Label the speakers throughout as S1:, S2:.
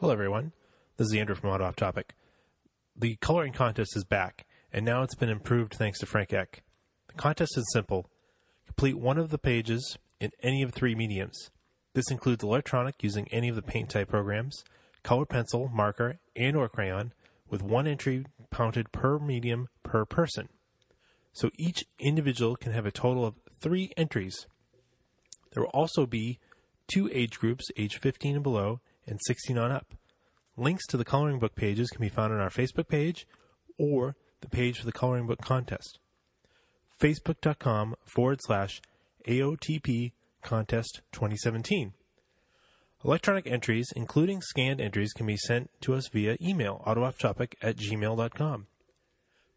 S1: Hello, everyone. This is Andrew from Odd Off Topic. The coloring contest is back, and now it's been improved thanks to Frank Eck. The contest is simple complete one of the pages in any of three mediums. This includes electronic using any of the paint type programs, color pencil, marker, and or crayon, with one entry counted per medium per person. So each individual can have a total of three entries. There will also be two age groups, age 15 and below, and 16 on up. Links to the coloring book pages can be found on our Facebook page or the page for the coloring book contest. Facebook.com forward slash AOTP contest 2017. Electronic entries, including scanned entries, can be sent to us via email, autoofftopic at gmail.com.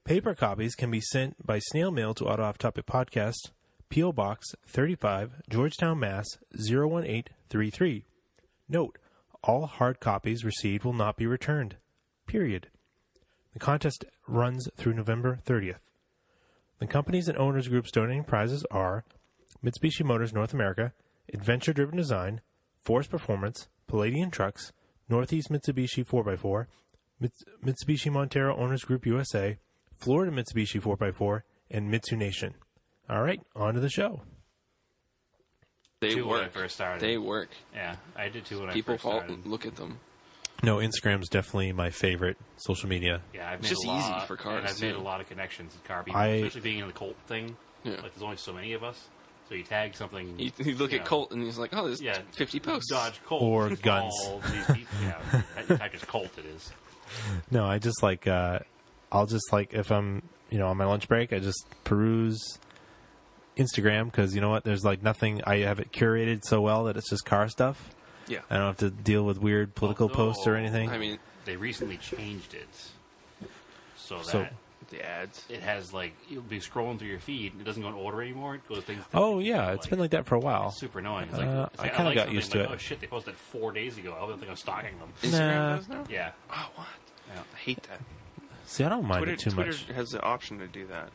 S1: Paper copies can be sent by snail mail to Auto Off Topic Podcast, P.O. Box 35, Georgetown, Mass. 01833. Note, all hard copies received will not be returned. Period. The contest runs through November 30th. The companies and owners groups donating prizes are Mitsubishi Motors North America, Adventure Driven Design, Force Performance, Palladian Trucks, Northeast Mitsubishi 4x4, Mits- Mitsubishi Montero Owners Group USA, Florida Mitsubishi 4x4, and Mitsu Nation. All right, on to the show.
S2: They
S3: Two when I
S2: work.
S3: first started.
S2: They work.
S3: Yeah, I did too when I
S2: People
S3: first
S2: fall,
S3: started.
S2: look at them.
S1: No, Instagram's definitely my favorite social media.
S3: Yeah, I've
S2: It's
S3: made
S2: just
S3: a lot,
S2: easy for cars,
S3: and I've made
S2: too.
S3: a lot of connections with car people,
S1: I-
S3: especially being in the Colt thing.
S2: Yeah.
S3: Like there's only so many of us, so you tag something.
S2: You, you look
S3: know,
S2: at Colt and he's like, oh, there's
S3: Yeah,
S2: 50 posts.
S3: Dodge Colt
S1: Or
S3: All
S1: guns.
S3: these people- yeah, in fact, it's Colt. It is.
S1: No, I just like uh I'll just like if I'm, you know, on my lunch break, I just peruse Instagram cuz you know what, there's like nothing I have it curated so well that it's just car stuff.
S2: Yeah.
S1: I don't have to deal with weird political
S3: Although,
S1: posts or anything.
S2: I mean,
S3: They recently changed it, so that
S1: So-
S2: the ads.
S3: it has like you'll be scrolling through your feed. and It doesn't go in order anymore. It goes things.
S1: oh yeah, it's been like that for a while.
S3: super annoying. It's like,
S1: Uh,
S3: it's
S1: I
S3: like,
S1: kinda
S3: like
S1: got
S3: something,
S1: used
S3: like,
S1: to it.
S3: Oh shit! They posted four days ago. I don't think I'm stalking them.
S2: Instagram
S1: Nah.
S2: does now?
S3: Yeah,
S2: Oh, what?
S3: yeah.
S2: I hate that.
S1: See, I don't mind
S2: Twitter,
S1: it too
S2: Twitter
S1: much.
S2: has the option to do that.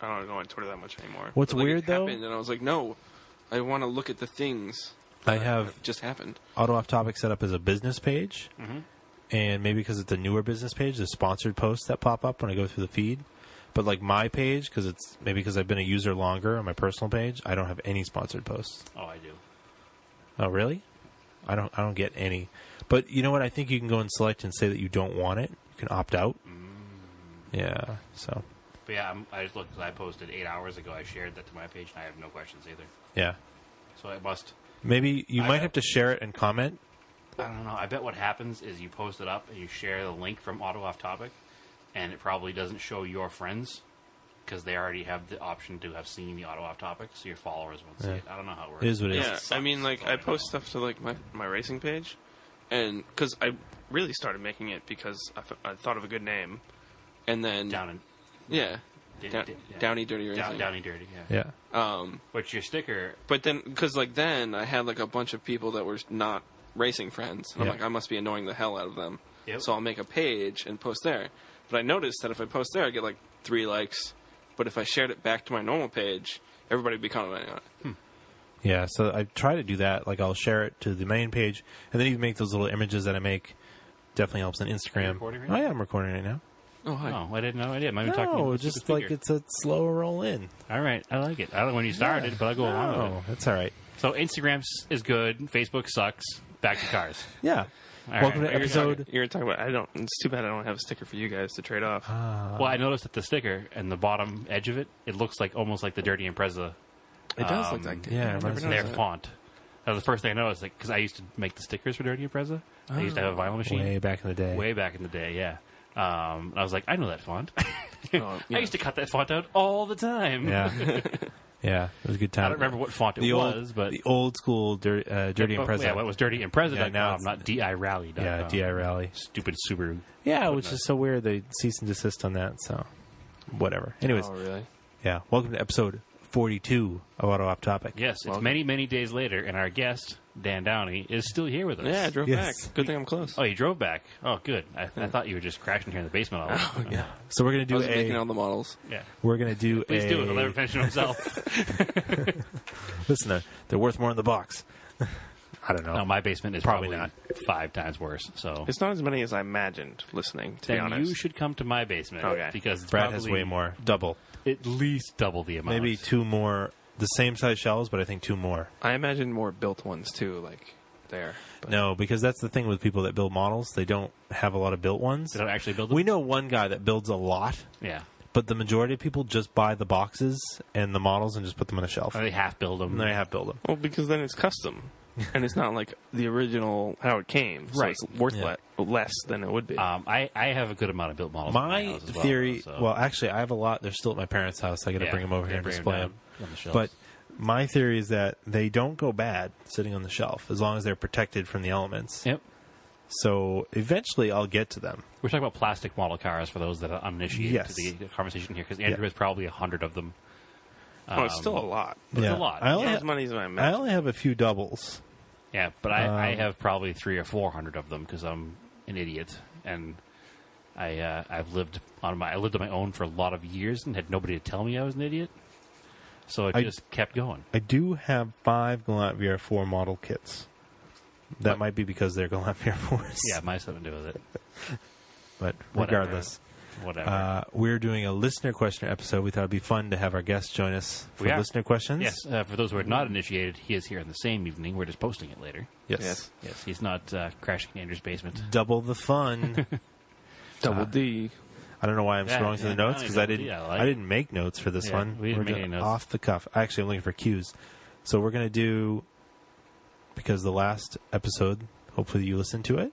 S2: I don't go on Twitter that much anymore.
S1: What's
S2: But, like,
S1: weird,
S2: it
S1: though-
S2: Happened, and I was like, no, I want to look at the things
S1: I have
S2: that just happened.
S1: Auto Off Topic set up as a business page,
S3: Mm-hmm.
S1: and maybe because it's a newer business page, the sponsored posts that pop up when I go through the feed. But like my page, because it's maybe because I've been a user longer on my personal page, I don't have any sponsored posts.
S3: Oh, I do.
S1: Oh, really? I don't. I don't get any. But you know what? I think you can go and select and say that you don't want it. You can opt out.
S3: Mm.
S1: Yeah. So
S3: But yeah, I'm, I just looked. 'cause I posted eight hours ago. I shared that to my page, and I have no questions either.
S1: yeah.
S3: So I must.
S1: Maybe you
S3: I
S1: might
S3: have-
S1: have to share it and comment.
S3: I don't know. I bet what happens is you post it up and you share the link from Auto Off Topic, and it probably doesn't show your friends because they already have the option to have seen the Auto Off Topic, so your followers won't see
S1: Yeah.
S3: it. I don't know how it works.
S1: It is what it is.
S2: Yeah, I mean, like I post stuff to like my my racing page, and because I really started making it because I, f- I thought of a good name, and then
S3: down and
S2: yeah,
S3: Did-
S2: Down-
S3: did- yeah.
S2: Downey Dirty Racing.
S3: down, downy dirty. Yeah.
S1: Yeah.
S2: Um,
S3: But your sticker.
S2: but then because like then I had like a bunch of people that were not racing friends, and
S1: Yeah.
S2: I'm like I must be annoying the hell out of them,
S3: Yep.
S2: so I'll make a page and post there. But I noticed that if I post there, I get like three likes, but if I shared it back to my normal page, everybody would be commenting on it.
S1: Yeah, so I try to do that. Like I'll share it to the main page, and then even make those little images that I make. Definitely helps on Instagram.
S3: recording right
S1: oh
S3: now?
S1: yeah, I'm recording right now.
S2: Oh hi.
S3: Oh, I didn't know. I did. I'm talking.
S1: No,
S3: to the
S1: just
S3: stupid
S1: like
S3: speaker.
S1: it's a slower roll in.
S3: All right, I like it. I don't know when you started, but I'll go along with it.
S1: Oh, that's all right.
S3: So Instagram s- is good. Facebook sucks. Back to cars.
S1: Yeah.
S3: right,
S1: Welcome
S3: but
S1: to
S3: you're
S1: episode.
S2: You were talking about. I don't. It's too bad I don't have a sticker for you guys to trade off.
S3: well, I noticed that the sticker and the bottom edge of it, it looks like almost like the Dirty Impreza,
S2: it does look
S4: Um,
S2: like.
S1: yeah, Oh, it
S2: I never
S1: reminds me
S3: their
S2: noticed that.
S3: font. That was the first thing I noticed, like because I used to make the stickers for Dirty Impreza. I used to have a vinyl machine
S1: Oh. Way
S3: way,
S1: back in the day.
S3: back in the day. Yeah, um, and I was like, I know that font.
S2: Oh, yeah.
S3: I used to cut that font out all the time.
S1: Yeah. yeah, it was a good time.
S3: I don't remember what font it
S1: the
S3: was,
S1: old,
S3: but
S1: the old school dirty, uh, dirty and
S3: Oh, Yeah,
S1: present.
S3: well, it was Uh, Dirty Impreza.
S1: Yeah, now it's-
S3: not DI Rally.
S1: yeah, Di Rally.
S3: Stupid Subaru.
S1: Yeah, which
S3: nice.
S1: is so weird. They cease and desist on that. So, whatever. Anyways,
S2: Oh really?
S1: yeah. Welcome to episode 42 of Auto Off Topic.
S3: Yes, it's
S2: Welcome.
S3: many, many days later, and our guest, Dan Downey, is still here with us.
S2: Yeah, I drove
S1: Yes.
S2: back. Good thing I'm close.
S3: Oh, you drove back. Oh, good. I, I thought you were just crashing here in the basement all
S1: Oh,
S3: the time.
S1: Yeah. So we're gonna
S2: I
S1: do
S2: was making
S1: a.
S2: all the models.
S3: Yeah.
S1: we're gonna do
S3: Please
S1: a.
S3: do it. I'll never mention himself.
S1: Listen, uh, they're worth more in the box. I don't know.
S3: Now my basement is
S1: Probably
S3: probably, five times worse. So
S4: It's not as many as I imagined listening, to be
S3: then
S4: honest.
S3: you should come to my basement
S4: Okay.
S3: because it's
S1: Brad has
S3: probably
S1: way more, double,
S3: at least double the amount.
S1: maybe two more, the same size shelves, but I think two more.
S4: I imagine more built ones too, like there. But
S1: No, because that's the thing with people that build models; they don't have a lot of built ones.
S3: They don't actually build them.
S1: We know one guy that builds a lot,
S3: yeah,
S1: but the majority of people just buy the boxes and the models and just put them on a shelf.
S3: or they half build them.
S1: And they have built them.
S4: Well, because then it's custom, and it's not like the original how it came. So
S3: Right.
S4: It's worth le- less than it would be.
S3: Um, I, I have a good amount of built models. in
S1: My
S3: house as well,
S1: theory,
S3: though, so-
S1: well, actually, I have a lot. They're still at my parents' house. I got to
S3: Yeah,
S1: bring them over
S3: yeah,
S1: here and
S3: bring 'em
S1: display
S3: down
S1: them.
S3: on the shelves.
S1: But my theory is that they don't go bad sitting on the shelf as long as they're protected from the elements.
S3: yep,
S1: So eventually, I'll get to them.
S3: we're talking about plastic model cars for those that are uninitiated
S1: Yes.
S3: to the conversation here because Andrew has probably a hundred of them.
S4: oh, it's still a lot. But
S3: a lot.
S1: I
S4: it's
S1: only,
S4: not
S1: ha-
S4: as many as I
S1: I
S4: imagined.
S1: only have a few doubles.
S3: Yeah, but I, I
S1: Um,
S3: have probably three or four hundred of them because I'm an idiot and I uh, I've lived on my I lived on my own for a lot of years and had nobody to tell me I was an idiot, so it
S1: I-
S3: just kept going.
S1: I do have five Gallant VR4 model kits. That might be because they're Gallant VR4s.
S3: Yeah, my something to do with it.
S1: But
S3: Whatever.
S1: regardless,
S3: Whatever.
S1: uh, we're doing a listener question episode. We thought it'd be fun to have our guests join us for
S3: We are.
S1: listener questions.
S3: yes, uh, for those who are not initiated, he is here in the same evening. We're just posting it later.
S1: Yes.
S4: Yes.
S3: Yes, he's not uh, crashing in Andrew's basement.
S1: Double the fun.
S4: Double D.
S1: I don't know why I'm
S3: Yeah,
S1: scrolling through
S3: yeah,
S1: the notes
S3: I
S1: because
S3: know,
S1: I didn't.
S3: yeah, I like
S1: I didn't make notes for this
S3: Yeah,
S1: one.
S3: we didn't
S1: We're
S3: make
S1: doing
S3: any notes.
S1: Off the cuff. Actually, I'm looking for cues. So we're gonna do because the last episode, hopefully you listened to it,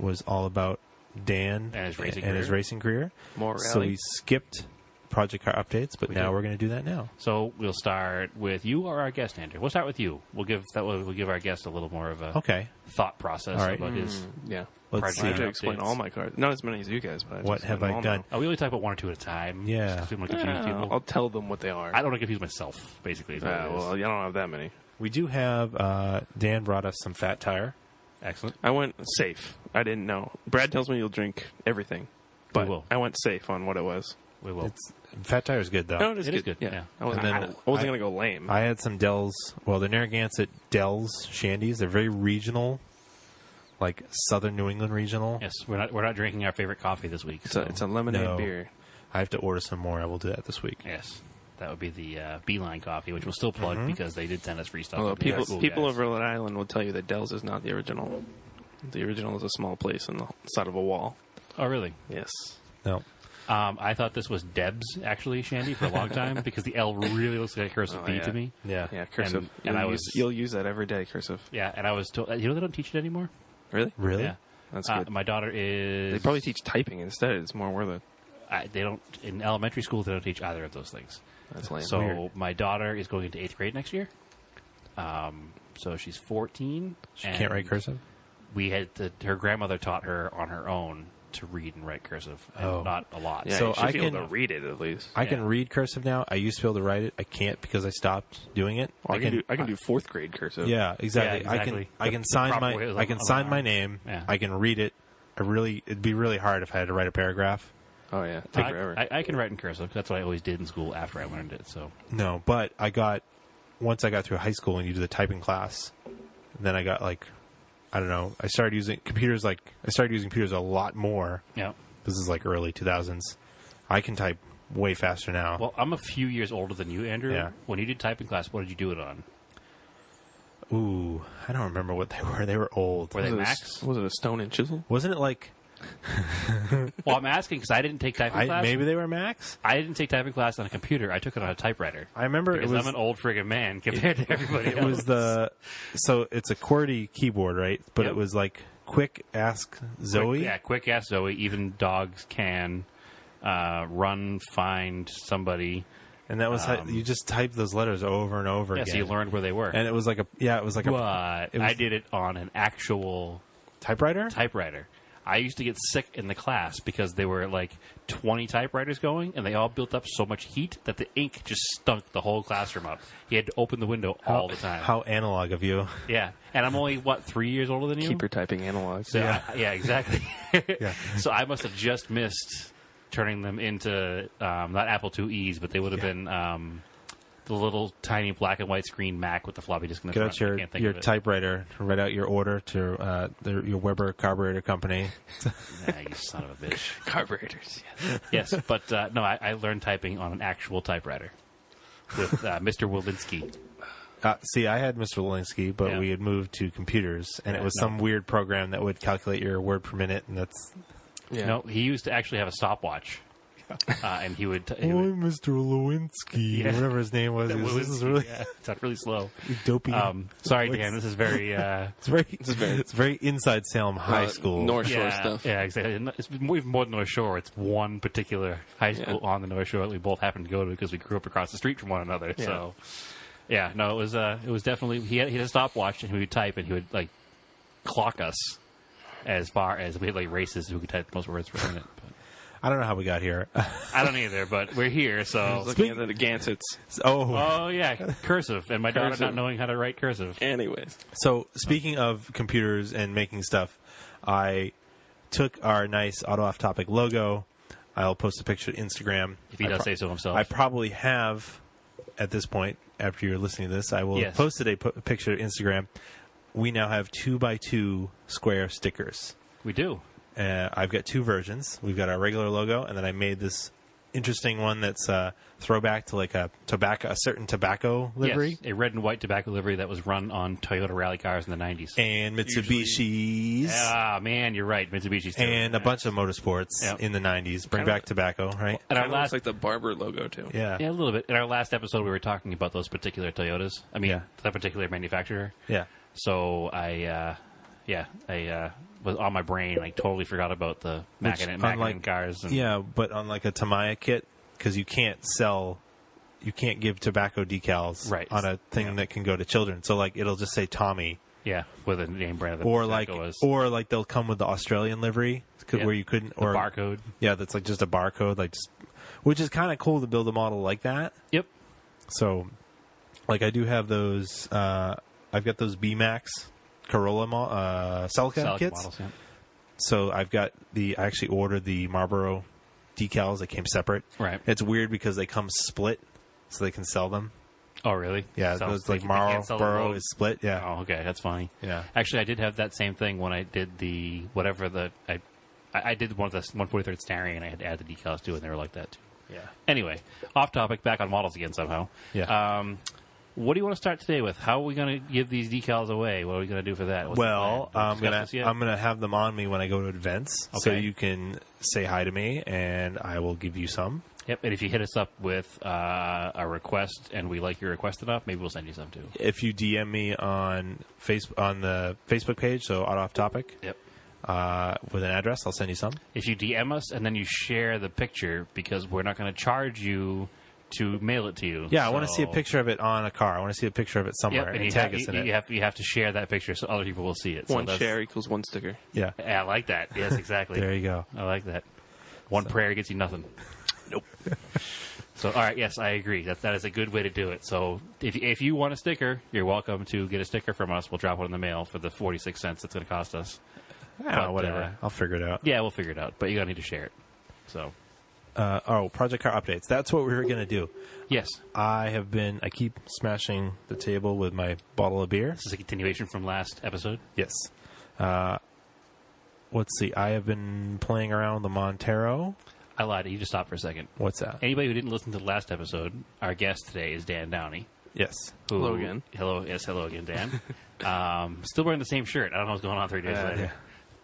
S1: was all about Dan
S3: And his racing
S1: and his
S3: career.
S1: racing career.
S4: More
S1: So
S4: rally.
S1: we skipped project car updates, but
S3: We
S1: now
S3: did.
S1: we're going to do that now.
S3: So we'll start with you or our guest, Andrew. We'll start with you. We'll give that will- we'll give our guest a little more of a
S1: Okay.
S3: thought process
S1: Oh. All right.
S3: about
S2: Hmm.
S3: his.
S4: Hmm. yeah.
S1: Let's
S4: I
S3: Project
S4: have
S1: see.
S4: to explain
S3: updates.
S4: all my cards. Not as many as you guys, but I have to
S1: What
S4: explain
S1: have
S4: them
S1: I
S4: all
S1: done?
S4: now.
S3: Oh, we only talk about one or two at a time.
S1: Yeah.
S3: just 'cause we don't wanna confuse
S4: Yeah,
S3: people.
S4: I'll tell them what they are.
S3: I don't want to confuse myself. Basically, is what
S4: Uh,
S3: it is.
S4: well, I don't have that many.
S1: We do have uh, Dan brought us some fat tire.
S3: excellent.
S4: I went safe. I didn't know. Brad tells me you'll drink everything, but
S3: will.
S4: I went safe on what it was.
S3: We will.
S1: It's fat tire's good though.
S4: No, it is
S3: It
S4: good.
S3: is good, yeah.
S4: I wasn't,
S1: And
S4: I,
S1: then
S4: wasn't
S1: I-
S4: gonna go lame.
S1: I had some Dells. Well, the Narragansett Dells shandies. They're very regional, like Southern New England regional.
S3: Yes, we're not we're not drinking our favorite coffee this week.
S4: it's, a,
S3: so-
S4: it's a lemonade
S1: No.
S4: beer.
S1: I have to order some more. I will do that this week.
S3: yes, that would be the uh, Beeline coffee, which we'll still plug
S1: Mm-hmm.
S3: because they did send us free stuff.
S4: Although
S3: from the
S4: people
S3: cool
S4: people
S3: guys.
S4: of Rhode Island will tell you that Dell's is not the original. The original is a small place on the side of a wall.
S3: oh really?
S4: Yes.
S1: No,
S3: Um, I thought this was Deb's actually Shandy for a long time because the L really looks like a cursive
S4: Oh,
S3: B
S4: yeah.
S3: to me.
S1: yeah,
S4: Yeah, cursive.
S3: And-
S4: you'll,
S3: and I
S4: use,
S3: was-
S4: you'll use that every day, cursive.
S3: Yeah, and I was told you know they don't teach it anymore.
S4: Really?
S1: really.
S3: Yeah.
S4: That's
S3: Uh,
S4: good.
S3: my daughter is.
S4: they probably teach typing instead. It's more worth it.
S3: I, they don't in elementary school. They don't teach either of those things.
S4: That's lame.
S3: So
S1: Weird.
S3: my daughter is going into eighth grade next year. Um, so she's fourteen.
S1: She can't write cursive.
S3: We had to, her grandmother taught her on her own to read and write cursive, and
S1: Oh.
S3: not a lot.
S4: yeah,
S1: so
S4: you should
S1: I
S4: be
S1: can-
S4: able to read it at least.
S1: I can
S3: Yeah.
S1: read cursive now. I used to be able to write it. I can't because I stopped doing it.
S4: Well, I, can, do I can do fourth grade cursive.
S1: Yeah, exactly.
S3: Yeah, exactly.
S1: I can I can
S3: The
S1: sign
S3: proper
S1: my
S3: way is
S1: I
S3: on-
S1: can
S3: on the
S1: sign my
S3: arm.
S1: name.
S3: Yeah.
S1: I can read it. I really it'd be really hard if I had to write a paragraph.
S4: Oh yeah. Take forever.
S3: I, I, I can write in cursive. 'cause That's what I always did in school after I learned it. So
S1: No, but I got once I got through high school and you do the typing class, then I got like I don't know. I started using computers like I started using computers a lot more.
S3: yeah.
S1: This is like early 2000s. I can type way faster now.
S3: Well, I'm a few years older than you, Andrew.
S1: Yeah.
S3: When you did typing class, what did you do it on?
S1: Ooh, I don't remember what they were. They were old.
S3: Were they
S4: was, it a,
S3: Max?
S4: s- was it a stone and chisel?
S1: Wasn't it like
S3: Well, I'm asking because I didn't take typing
S1: I,
S3: class.
S1: maybe they were Max?
S3: I didn't take typing class on a computer. I took it on a typewriter.
S1: I remember it
S3: Because
S1: was
S3: I'm an old friggin' man compared to everybody
S1: it was the so it's a QWERTY keyboard, right? But
S3: Yep.
S1: it was like quick ask Zoe.
S3: yeah, quick ass Zoe. Even dogs can uh, run, find somebody.
S1: And that was how,
S3: Um,
S1: you just type those letters over and over
S3: Yeah,
S1: again.
S3: so you learned where they were.
S1: and it was like a yeah, it was like a
S3: but
S1: it was-
S3: I did it on an actual
S1: typewriter.
S3: typewriter. I used to get sick in the class because there were like 20 typewriters going, and they all built up so much heat that the ink just stunk the whole classroom up. You had to open the window all the time.
S1: How analog of you.
S3: yeah, and I'm only what three years older than you.
S4: Keep your typing analog.
S3: So
S1: Yeah.
S3: yeah, yeah exactly. So I must have just missed turning them into um, not Apple IIe's, but they would have been um, the little tiny black and white screen Mac with the floppy disk in the
S1: Get
S3: front.
S1: out
S3: I
S1: your
S3: can't think
S1: your
S3: of it.
S1: typewriter to write out your order to uh, the, your Weber carburetor company.
S3: Nah, you son of a bitch.
S2: Carburetors.
S3: yes, but uh, no, I, I learned typing on an actual typewriter with uh, Mr. Walensky.
S1: Uh, see, I had Mr. Walensky, but
S3: Yeah.
S1: we had moved to computers, and it
S3: Yeah,
S1: was
S3: no.
S1: some weird program that would calculate your word per minute, and that's.
S2: Yeah.
S3: No, he used to actually have a stopwatch, uh, and he would. he would-
S1: Mr. Lewinsky,
S3: Yeah.
S1: whatever his name was. This is really
S3: yeah, it's not really slow.
S1: dopey.
S3: Um, sorry, Dan. This is very uh,
S1: It's very,
S2: very-
S1: it's very inside Salem High
S2: Uh,
S1: School.
S2: North Shore
S3: yeah,
S2: stuff.
S3: Yeah, exactly. And It's more- even more than North Shore. It's one particular high school on the North Shore that we both happened to go to because we grew up across the street from one another. So, yeah, no, it was uh, it was definitely he had, he had a stopwatch and he would type and he would like clock us as far as we had like races who could type the most words per minute. But
S1: I don't know how we got here.
S3: I don't either, but we're here,
S2: I was
S3: so.
S2: looking at the Gansets.
S1: oh,
S3: Oh yeah, cursive, and my daughter
S2: Cursive.
S3: not knowing how to write cursive.
S2: Anyways,
S1: So speaking of computers and making stuff, I took our nice auto off topic logo. I'll post a picture to Instagram.
S3: If he
S1: I
S3: does
S1: pro-
S3: say so himself.
S1: I probably have at this point. After you're listening to this, I will
S3: Yes.
S1: post a po- picture to Instagram. We now have two by two square stickers.
S3: we do.
S1: Uh, I've got two versions. We've got our regular logo, and then I made this interesting one that's uh, throwback to like a tobacco, a certain tobacco livery.
S3: Yes, a red and white tobacco livery that was run on Toyota rally cars in the 90s.
S1: And
S2: Usually-
S1: Mitsubishi's.
S3: Ah, man, you're right. Mitsubishi's too.
S1: and a bunch of motorsports
S3: Yep.
S1: in the 90s. Bring
S3: Kinda-
S1: back tobacco, right?
S3: And our
S2: Kinda looks
S3: last,
S2: like the Barber logo too.
S1: Yeah.
S3: yeah, a little bit. In our last episode, we were talking about those particular Toyotas. I mean,
S1: Yeah.
S3: that particular manufacturer.
S1: Yeah.
S3: So I, uh, yeah, I uh, was on my brain. I totally forgot about the
S1: Which,
S3: Mackinnon,
S1: unlike-
S3: Mackinnon cars. And,
S1: Yeah, but on like a Tamaya kit, because you can't sell, you can't give tobacco decals
S3: Right.
S1: on a thing
S3: Yeah.
S1: that can go to children. So like it'll just say Tommy,
S3: yeah, with a name brand. Of the
S1: or like,
S3: tobacco was.
S1: or like they'll come with the Australian livery, could,
S3: Yeah.
S1: where you couldn't,
S3: The
S1: or
S3: barcode.
S1: Yeah, that's like just a barcode, like, just, which is kind of cool to build a model like that.
S3: Yep.
S1: So, like, I do have those. Uh, I've got those B Max Corolla mo- uh, Celica
S3: Solid
S1: kits.
S3: models, yeah.
S1: So I've got the. I actually ordered the Marlboro decals that came separate.
S3: Right.
S1: It's weird because they come split, so they can sell them.
S3: Oh, really?
S1: Yeah,
S3: So
S1: those, like
S3: they- they can't sell the
S1: Marlboro
S3: road.
S1: is split. Yeah.
S3: Oh, okay, that's funny.
S1: Yeah.
S3: Actually, I did have that same thing when I did the whatever the I I I did one of the 143rd Stanley and I had to add the decals too, and they were like that too.
S1: Yeah.
S3: Anyway, off topic, back on models again somehow.
S1: Yeah.
S3: Um, what do you want to start today with? How are we going to give these decals away? What are we going to do for that? What's the
S1: Well,
S3: plan?
S1: I'm
S3: Have we discussed
S1: gonna
S3: this yet?
S1: I'm gonna have them on me when I go to events, so
S3: Okay.
S1: you can say hi to me, and I will give you some.
S3: yep. And if you hit us up with uh, a request and we like your request enough, maybe we'll send you some too.
S1: If you DM me on face on the Facebook page, so out off topic,
S3: Yep.
S1: uh, with an address, I'll send you some.
S3: if you DM us and then you share the picture because we're not going to charge you to mail it to you.
S1: Yeah, I want to
S3: So-
S1: see a picture of it on a car. I want to see a picture of it
S3: Yep,
S1: somewhere
S3: and
S1: and
S3: you,
S1: tag
S3: have,
S1: us in
S3: you-
S1: it.
S3: you have you have to share that picture so other people will see it. So
S2: One
S3: that's-
S2: share equals one sticker.
S1: Yeah,
S3: Yeah, I like that. Yes, exactly.
S1: there you go.
S3: I like that. One prayer gets you nothing.
S2: Nope.
S3: So, all right, yes, I agree. That that is a good way to do it. So, if if you want a sticker, you're welcome to get a sticker from us. We'll drop one in the mail for the forty six cents it's going to cost us.
S1: Ah,
S3: But,
S1: whatever.
S3: uh,
S1: I'll figure it out.
S3: yeah, we'll figure it out. But you're going to need to share it. So,
S1: Uh, oh, project car updates. That's what we were gonna do.
S3: yes,
S1: I have been. I keep smashing the table with my bottle of beer.
S3: this is a continuation from last episode.
S1: Yes. Uh, let's see. I have been playing around with the Montero.
S3: I lied. You just stopped for a second.
S1: What's that?
S3: Anybody who didn't listen to the last episode, our guest today is Dan Downey.
S1: Yes.
S3: who-
S2: Hello again.
S3: Hello, yes, hello again, Dan. um, still wearing the same shirt. I don't know what's going on three days
S2: Uh, Yeah.
S3: later.
S1: Yeah.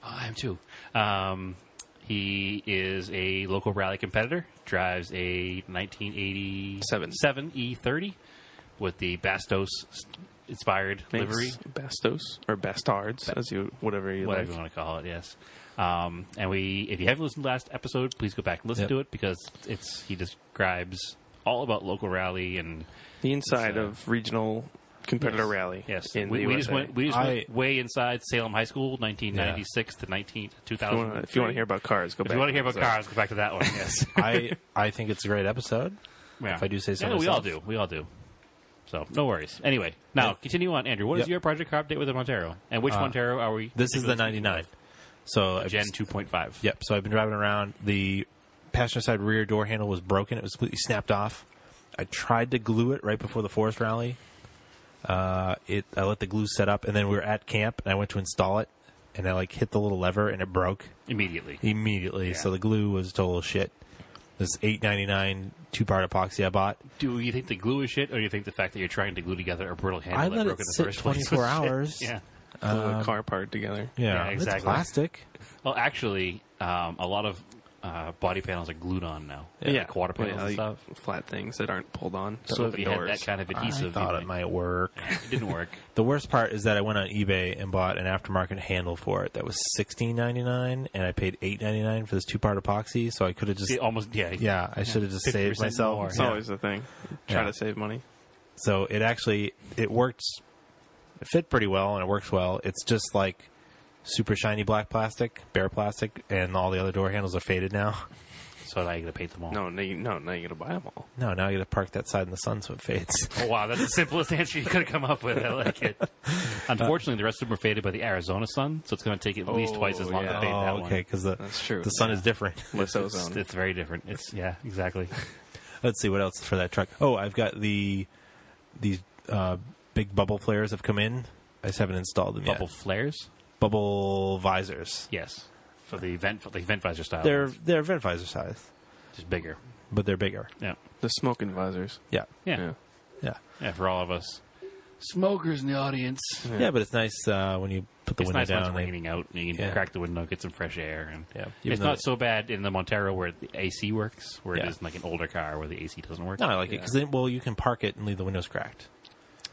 S3: Oh, I am too. Um, he is a local rally competitor. Drives a 1987
S2: Seven.
S3: E30 with the Bastos inspired
S2: Makes
S3: livery,
S2: Bastos or Bastards, as you whatever you
S3: whatever
S2: like.
S3: you want to call it. Yes. Um, and we, if you haven't listened to last episode, please go back and listen
S1: Yep.
S3: to it because it's he describes all about local rally and
S2: The inside
S3: It's, uh,
S2: of regional competitor rally.
S3: Yes,
S2: in
S3: we,
S2: the
S3: we
S2: USA.
S3: just went we just went
S1: I-
S3: way inside Salem High School, 1996 to 19
S2: if, you
S3: 2000.
S2: wanna, if you want to hear about cars, go
S3: if
S2: back.
S3: you want to hear about
S2: So-
S3: cars, go back to that one. Yes,
S1: I I think it's a great episode.
S3: yeah.
S1: If I do say so
S3: Yeah, we all
S1: myself.
S3: do. We all do. So no worries. Anyway, now continue on, Andrew. What is
S1: Yep.
S3: your project car update with the Montero? And which Montero are we?
S1: Uh, This is the
S3: particularly
S1: '99. So I've
S3: Gen 2.5.
S1: Yep. So I've been driving around. The passenger side rear door handle was broken. It was completely snapped off. I tried to glue it right before the forest rally. Uh, it I let the glue set up, and then we were at camp, and I went to install it, and I like hit the little lever, and it broke
S3: immediately.
S1: immediately. So the glue was total shit. This eight ninety nine two part epoxy I bought.
S3: Do you think the glue is shit, or do you think the fact that you're trying to glue together a brittle handle
S1: I
S3: that
S1: let
S3: broke
S1: it
S3: in the
S1: sit
S3: first place was
S1: 24
S3: shit?
S1: hours.
S3: Yeah.
S2: glue
S4: Um,
S2: a car part together.
S1: Yeah,
S3: Yeah,
S1: It's
S3: exactly.
S1: plastic.
S3: Well, actually, um, a lot of uh, body panels are glued on now. Like quarter panels
S2: Yeah, uh,
S3: and
S2: like
S3: stuff.
S2: Flat things that aren't pulled on. that
S3: So if
S2: open
S3: you
S2: doors.
S3: had that kind of adhesive,
S1: I thought
S3: you
S1: it might work.
S3: might- it didn't work.
S1: The worst part is that I went on eBay and bought an aftermarket handle for it that was sixteen ninety nine, and I paid eight ninety nine for this two part epoxy. So I could have just
S3: It almost yeah
S1: yeah, I should have just saved
S3: 50%
S1: myself.
S3: more.
S2: it's
S1: Yeah.
S2: always the thing. Try
S1: Yeah.
S2: to save money.
S1: So it actually it worked, it fit pretty well, and it works well. It's just like super shiny black plastic, bare plastic, and all the other door handles are faded now.
S3: So now you gotta paint them all.
S2: No, no, you, no, now you gotta buy them all.
S1: No, now you got to park that side in the sun so it fades.
S3: Oh, wow, that's the simplest answer you could have come up with. I like it. Unfortunately, the rest of them were faded by the Arizona sun, so it's going to take at least
S2: Oh,
S3: twice as long to
S2: yeah.
S3: fade that
S1: oh, okay,
S3: one.
S1: because the
S2: That's true.
S1: the sun is different.
S2: Less
S3: It's,
S2: ozone.
S3: it's very different. It's yeah, exactly.
S1: Let's see what else for that truck. Oh, I've got the these uh, big bubble flares have come in. I just haven't installed them
S3: Bubble
S1: yet.
S3: flares.
S1: Bubble visors.
S3: Yes, for the vent, for the vent visor style.
S1: They're they're vent visor size,
S3: just bigger.
S1: but they're bigger.
S3: Yeah.
S2: The smoking visors.
S1: Yeah,
S3: yeah,
S2: Yeah.
S3: yeah,
S1: yeah,
S3: For all of us smokers in the audience,
S1: yeah. but it's nice uh, when you put the
S3: it's
S1: window
S3: nice when
S1: down.
S3: it's
S1: they-
S3: raining out. And you can
S1: Yeah.
S3: crack the window, get some fresh air, and
S1: Yeah. Even
S3: it's
S1: though-
S3: not so bad in the Montero where the AC works, where it
S1: Yeah.
S3: is in like an older car where the AC doesn't work.
S1: No, I like it 'cause it because then well, you can park it and leave the windows cracked.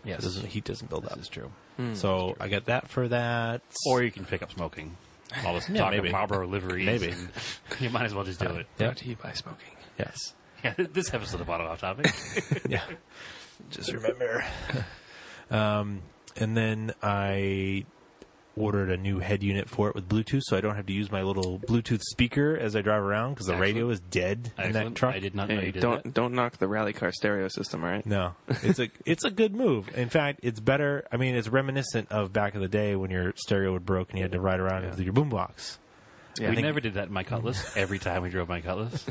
S3: yes,
S1: It doesn't heat doesn't build up.
S3: this is true.
S1: so I got that for that.
S3: Or you can pick up smoking. All this talk
S1: maybe.
S3: of Marlboro liveries.
S1: Maybe. Uh,
S3: and You might as well just do it.
S1: Yeah.
S2: Brought to you by smoking.
S1: yes,
S3: Yeah, this episode of Bottom Off Topic.
S1: yeah. Just remember. um, and then I ordered a new head unit for it with Bluetooth, so I don't have to use my little Bluetooth speaker as I drive around because the radio is dead in that
S3: Excellent.
S1: truck.
S3: I did not know
S2: Hey,
S3: you did
S2: don't
S3: that.
S2: don't knock the rally car stereo system, all right?
S1: No, it's a it's a good move. In fact, it's better. I mean, it's reminiscent of back in the day when your stereo would broke and you had to ride around with your boombox.
S2: Yeah,
S3: we never did that in my Cutlass. Every time we drove my Cutlass.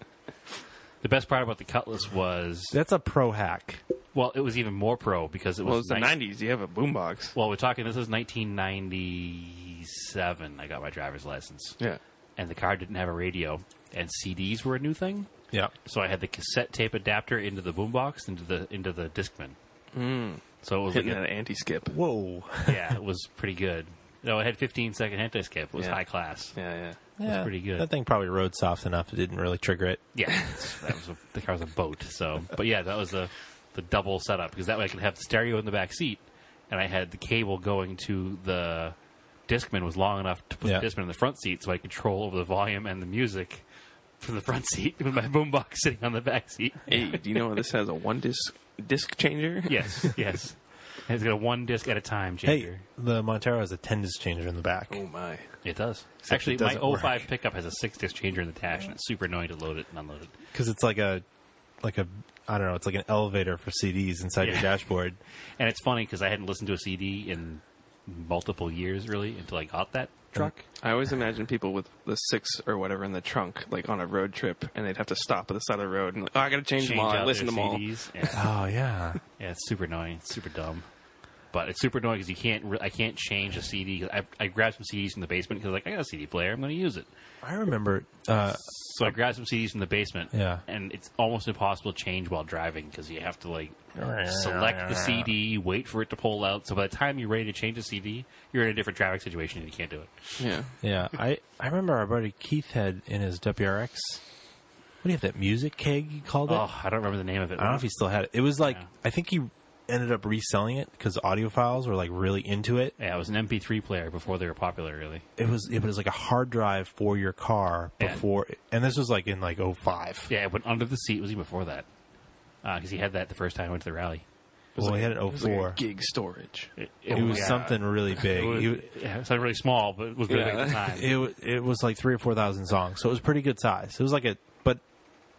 S3: the best part about the Cutlass was,
S1: That's a pro hack.
S3: well, it was even more pro because it was,
S2: well, it's the
S3: nine-
S2: '90s. You have a boombox.
S3: Well, we're talking. This is 1997. I got my driver's license,
S2: Yeah,
S3: and the car didn't have a radio, and CDs were a new thing.
S1: Yeah.
S3: So I had the cassette tape adapter into the boombox into the into the Discman. Mm. So it was like
S2: Hmm. hitting
S3: a-
S2: an anti-skip.
S1: Whoa.
S3: yeah, it was pretty good. No, it had 15 second hint disk skip. It was
S2: Yeah.
S3: high class. Yeah,
S2: Yeah, yeah.
S1: Yeah,
S3: pretty good.
S1: That thing probably rode soft enough; it didn't really trigger it.
S3: it's- that was a, the car was a boat. So, but yeah, that was the the double setup because that way I could have the stereo in the back seat, and I had the cable going to the discman was long enough to put
S1: Yeah.
S3: the discman in the front seat, so I could control over the volume and the music from the front seat with my boombox sitting on the back seat.
S2: Hey, do you know this has a one disc disc changer?
S3: Yes, yes. And it's got a one disc at a time
S1: Hey,
S3: changer.
S1: the Montero has a ten disc changer in the back.
S2: Oh my.
S3: It does.
S1: Except
S3: Actually,
S1: it
S3: my
S1: doesn't work.
S3: 05 pickup has a six disc changer in the dash, and it's super annoying to load it and unload it.
S1: because it's like a like a I don't know, it's like an elevator for CDs inside your
S3: Yeah.
S1: dashboard.
S3: And it's funny because I hadn't listened to a CD in multiple years, really, until I got that truck.
S2: I always imagine people with the six or whatever in the trunk, like on a road trip, and they'd have to stop at the side of the road and like, oh, I gotta change, them all. I listen to them all.
S3: all. Yeah.
S1: Oh yeah,
S3: yeah, it's super annoying. It's super dumb. But it's super annoying because you can't. Re- I can't change a CD. 'Cause I, I grabbed some CDs from the basement because like I got a CD player. I'm going to use it.
S1: I remember. Uh,
S3: So I grabbed some CDs from the basement.
S1: Yeah.
S3: And it's almost impossible to change while driving because you have to like select the CD, wait for it to pull out. So by the time you're ready to change the CD, you're in a different traffic situation and you can't do it.
S2: Yeah.
S1: yeah, I I remember our buddy Keith had in his WRX. What do you have that music keg? You called it?
S3: Oh, I don't remember the name of it.
S1: I don't know if he still had it. It was like
S3: Yeah.
S1: I think he ended up reselling it because audiophiles were like really into it.
S3: Yeah, it was an MP3 player before they were popular, really.
S1: It was it was like a hard drive for your car
S3: Yeah.
S1: before, and this was like in like 05.
S3: Yeah, it went under the seat. It was even before that. Because he had that the first time I went to the rally.
S1: Well, we had
S2: It
S1: an
S2: was
S1: 04.
S2: like a gig storage.
S3: It,
S1: It was
S3: yeah.
S1: something really big.
S3: It was,
S1: He w-
S3: yeah, it sounded really small, but it was big
S2: Yeah.
S3: at the time.
S1: it wa- it was like three or four thousand songs, so it was pretty good size. It was like a, but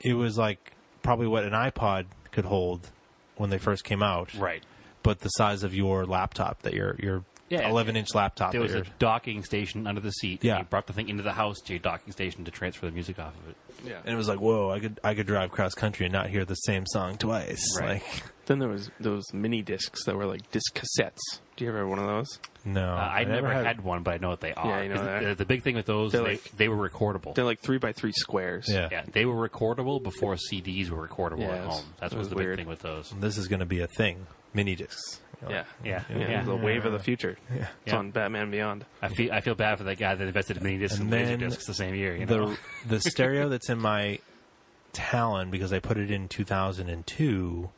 S1: it was like probably what an iPod could hold when they first came out,
S3: right.
S1: But the size of your laptop that your your
S3: Yeah,
S1: 11 inch laptop.
S3: There was
S1: that
S3: a
S1: you're-
S3: docking station under the seat. and
S1: Yeah.
S3: you brought the thing into the house to your docking station to transfer the music off of it.
S4: Yeah.
S1: and it was like, whoa, I could I could drive cross country and not hear the same song twice.
S3: Right.
S1: Like,
S4: then there was those mini discs that were like disc cassettes. Do you ever have one of those?
S1: no,
S3: Uh, I never had, one, but I know what they are.
S4: Yeah, you know
S3: 'Cause
S4: that.
S3: The, the big thing with those, they,
S4: They're like-
S3: they were recordable.
S4: They're like three by three squares.
S1: Yeah.
S3: Yeah, they were recordable before CDs were recordable
S4: Yeah,
S3: at
S4: it was-
S3: home. That
S4: it
S3: was
S4: was
S3: the
S4: weird.
S3: big thing with those.
S1: This is going to be a thing. Mini discs. You know,
S4: Yeah.
S3: Yeah, yeah.
S4: Yeah, the wave of the future.
S1: Yeah.
S4: It's
S3: Yeah.
S4: on Batman Beyond.
S3: I feel I feel bad for that guy that invested in mini discs
S1: And
S3: and laser
S1: then
S3: discs the same year. You know?
S1: the the stereo that's in my Talon because I put it in 2002.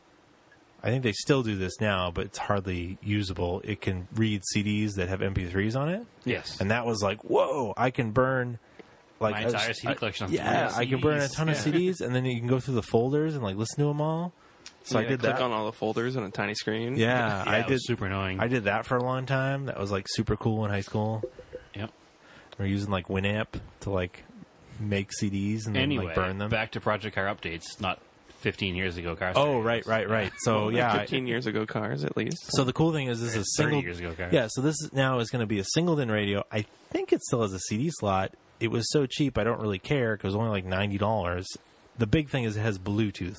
S1: I think they still do this now, but it's hardly usable. It can read CDs that have MP3s on it,
S3: yes,
S1: and that was like, whoa! I can burn like
S3: my
S1: I was-
S3: entire CD
S1: I-
S3: collection. On
S1: yeah, I can burn a ton of CDs, and then you can go through the folders and like listen to them all. So I
S4: Yeah,
S1: did
S4: click
S1: that.
S4: on all the folders on a tiny screen.
S1: yeah,
S3: Yeah,
S1: I
S3: it
S1: did.
S3: was super annoying.
S1: I did that for a long time. That was like super cool in high school.
S3: yep.
S1: We are using like Winamp to like make CDs and then
S3: Anyway,
S1: like burn them.
S3: back to Project Car updates. Not 15 years ago, car.
S1: Oh, right, right, right. So
S4: Like
S1: Oh, yeah. I-
S4: 15 years ago cars at least.
S1: so the cool thing is this is a
S3: 30
S1: single.
S3: years ago, guys.
S1: yeah. So this is now is going to be a singleton radio. I think it still has a CD slot. It was so cheap, I don't really care because it was only like ninety dollars. The big thing is it has Bluetooth,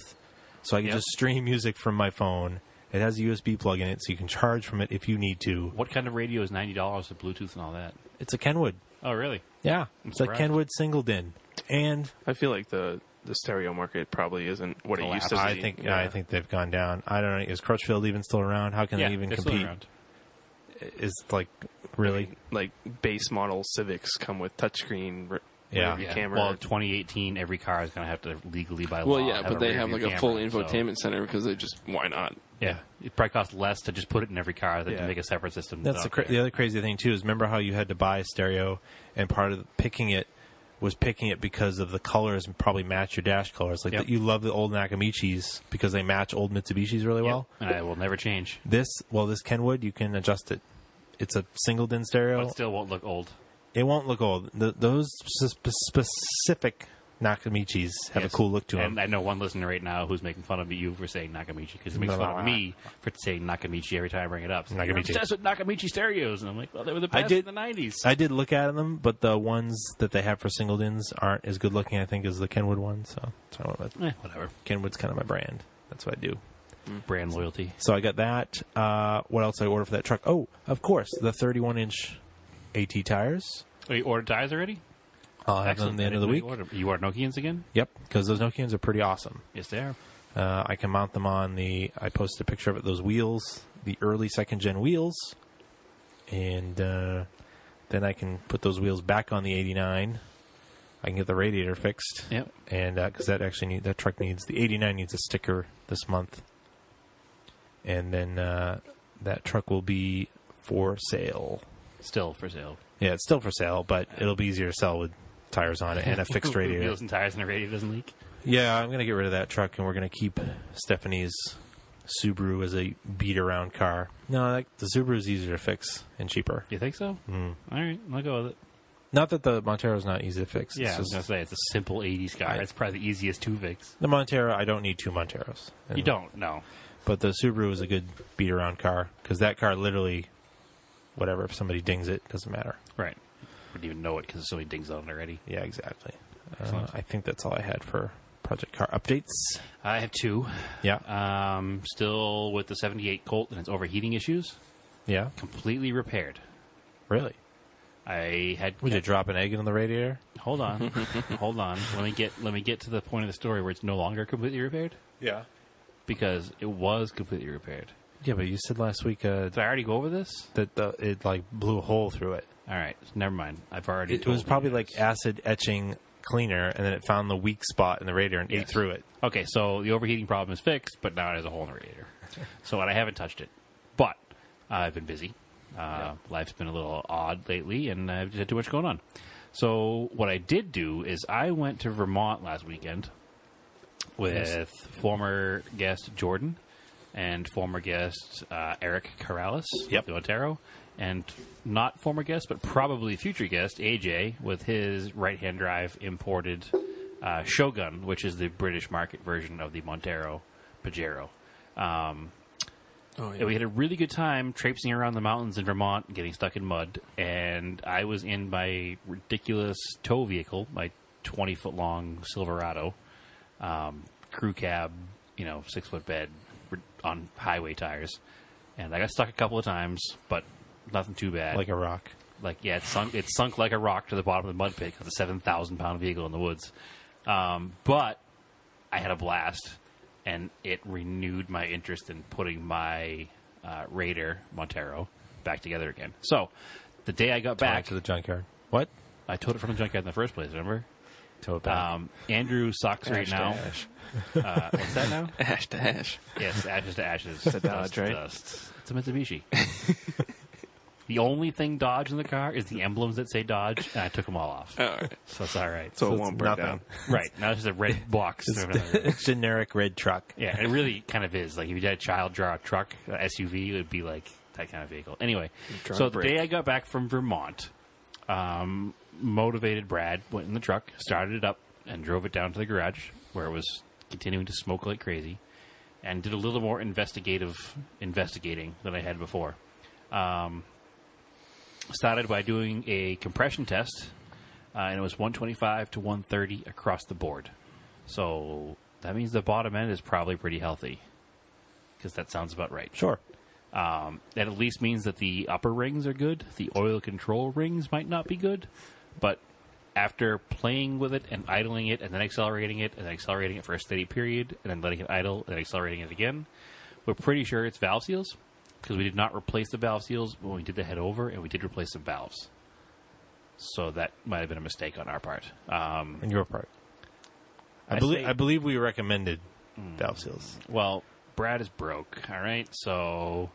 S1: so I can
S3: Yep.
S1: just stream music from my phone. It has a USB plug in it, so you can charge from it if you need to.
S3: What kind of radio is ninety dollars with Bluetooth and all that?
S1: It's a Kenwood.
S3: Oh, really?
S1: Yeah, it's a
S3: Correct.
S1: Kenwood singleton, and
S4: I feel like the the stereo market probably isn't what it used to be.
S1: Oh, I think yeah. I think they've gone down. I don't know. Is Crutchfield even still around? How can
S3: yeah,
S1: they even
S3: they're still
S1: compete?
S3: around.
S1: Is like really?
S4: like base model Civics come with touchscreen. r-
S1: Yeah.
S4: rearview
S3: Yeah.
S4: camera.
S3: Well, 2018, every car is going to have to legally by law.
S2: Well, yeah, but
S3: a
S2: they
S3: rear
S2: have
S3: view
S2: like a full
S3: camera, so-
S2: infotainment center because they just why not?
S3: Yeah, it probably costs less to just put it in every car than
S4: Yeah.
S3: to make a separate system.
S1: That's the,
S3: out
S1: cra-
S3: there.
S1: the other crazy thing too is remember how you had to buy a stereo and part of picking it was picking it because of the colors and probably match your dash colors. Like
S3: Yep.
S1: that you love the old Nakamichis because they match old Mitsubishis really
S3: Yep.
S1: well.
S3: and I will never change.
S1: This well this Kenwood you can adjust it. It's a singleton stereo.
S3: But still won't look old.
S1: it won't look old. Th those sp- specific Nakamichis have
S3: Yes.
S1: a cool look to them.
S3: And I know one listener right now who's making fun of you for saying Nakamichi because he makes
S1: No,
S3: fun
S1: no,
S3: of
S1: no.
S3: me for saying Nakamichi every time I bring it up. So
S1: Nakamichi.
S3: I'm obsessed with Nakamichi stereos, and I'm like, well, they were the best
S1: did-
S3: in the '90s.
S1: I did look at them, but the ones that they have for singletons aren't as good looking, I think, as the Kenwood one. So, so I don't know.
S3: Eh, whatever,
S1: Kenwood's kind of my brand. That's what I do.
S3: brand loyalty.
S1: So I got that. Uh, what else I order for that truck? Oh, of course, the 31 inch AT tires.
S3: Oh, you ordered tires already?
S1: I'll have them at the end of the week.
S3: You ordered, you ordered Nokians again?
S1: Yep, because those Nokians are pretty awesome.
S3: Yes, they are.
S1: Uh, I can mount them on the. I posted a picture of it. Those wheels, the early second gen wheels, and uh, then I can put those wheels back on the 89. I can get the radiator fixed.
S3: Yep.
S1: and because that actually need, that truck needs the 89 needs a sticker this month and then uh, that truck will be for sale
S3: Still for sale.
S1: yeah it's still for sale but it'll be easier to sell with tires on it and a fixed radiator
S3: Wheels and tires, and the radio doesn't leak.
S1: yeah i'm gonna get rid of that truck and we're gonna keep stephanie's subaru as a beat around car no that, the subaru is easier to fix and cheaper
S3: You think so? Mm. All right, I'll go with it.
S1: not that the montero's not easy to fix it's
S3: Yeah, I was
S1: just-
S3: gonna say it's a simple '80s car.
S1: I-
S3: it's probably the easiest to fix.
S1: the montero i don't need two monteros
S3: You don't? No.
S1: But the Subaru is a good beat around car because that car literally, whatever, if somebody dings it, doesn't matter.
S3: Right. Wouldn't even know it because there's so many dings on it already.
S1: Yeah, exactly. Uh,
S3: Excellent.
S1: I think that's all I had for project car updates.
S3: I have two.
S1: Yeah.
S3: Um, still with the 78 Colt and its overheating issues.
S1: yeah.
S3: Completely repaired.
S1: Really?
S3: I had.
S1: Would you drop an egg into the radiator?
S3: Hold on, hold on. Let me get let me get to the point of the story where it's no longer completely repaired
S1: Yeah.
S3: because it was completely repaired.
S1: Yeah, but you said last week uh,
S3: Did I already go over this?
S1: that the, it like blew a hole through it.
S3: All right, never mind. I've already.
S1: It
S3: told
S1: was
S3: you
S1: probably
S3: guys.
S1: like acid etching cleaner, and then it found the weak spot in the radiator and ate
S3: Yes.
S1: through it.
S3: Okay, so the overheating problem is fixed, but now it has a hole in the radiator. so and I haven't touched it, but I've been busy. Uh, Life's been a little odd lately, and I've just had too much going on. So what I did do is I went to Vermont last weekend with former guest Jordan and former guest uh, Eric Corrales,
S1: Yep.
S3: the Otero, and not former guest, but probably future guest AJ with his right hand drive imported uh, Shogun, which is the British market version of the Montero Pajero. Um,
S4: Oh, yeah.
S3: And we had a really good time traipsing around the mountains in Vermont, getting stuck in mud. And I was in my ridiculous tow vehicle, my 20 foot long Silverado, um, crew cab, you know, six foot bed r- on highway tires. And I got stuck a couple of times, but nothing too bad.
S1: like a rock.
S3: Like yeah, it sunk it sunk like a rock to the bottom of the mud pit because a seven thousand pound vehicle in the woods. Um, but I had a blast, and it renewed my interest in putting my uh, Raider Montero back together again. So the day I got back,
S1: to the junkyard. What?
S3: I towed it from the junkyard in the first place. Remember?
S1: To a back.
S3: Um, Andrew sucks right
S2: Ash
S3: now.
S2: to ash.
S3: Uh, what's that now?
S2: Ash to ash.
S3: Yes, ashes to ashes. It's
S2: a Dodge,
S3: to
S2: right?
S3: Dust. It's a Mitsubishi. the only thing Dodge in the car is the emblems that say Dodge, and I took them all off.
S2: All right.
S3: So it's all right.
S2: So,
S1: So
S2: it
S1: it's
S2: won't burn
S1: nothing.
S2: down.
S3: right now, it's just a red box.
S1: generic red truck.
S3: yeah, it really kind of is. Like if you had a child draw a truck, a SUV, it would be like that kind of vehicle. Anyway,
S2: Draw
S3: so
S2: a
S3: the
S2: brick.
S3: day I got back from Vermont, um, motivated Brad went in the truck, started it up, and drove it down to the garage where it was continuing to smoke like crazy, and did a little more investigative investigating than I had before. Um, started by doing a compression test, uh, and it was 125 to 130 across the board. So that means the bottom end is probably pretty healthy, because that sounds about right.
S1: Sure.
S3: That at least means that the upper rings are good. The oil control rings might not be good, but after playing with it and idling it and then accelerating it and then accelerating it for a steady period and then letting it idle and accelerating it again, we're pretty sure it's valve seals because we did not replace the valve seals when we did the head over and we did replace some valves. So that might have been a mistake on our part. Um,
S1: On your part. I,
S3: I
S1: believe
S3: say- Mm.
S1: I believe we recommended valve seals.
S3: well, Brad is broke, all right? So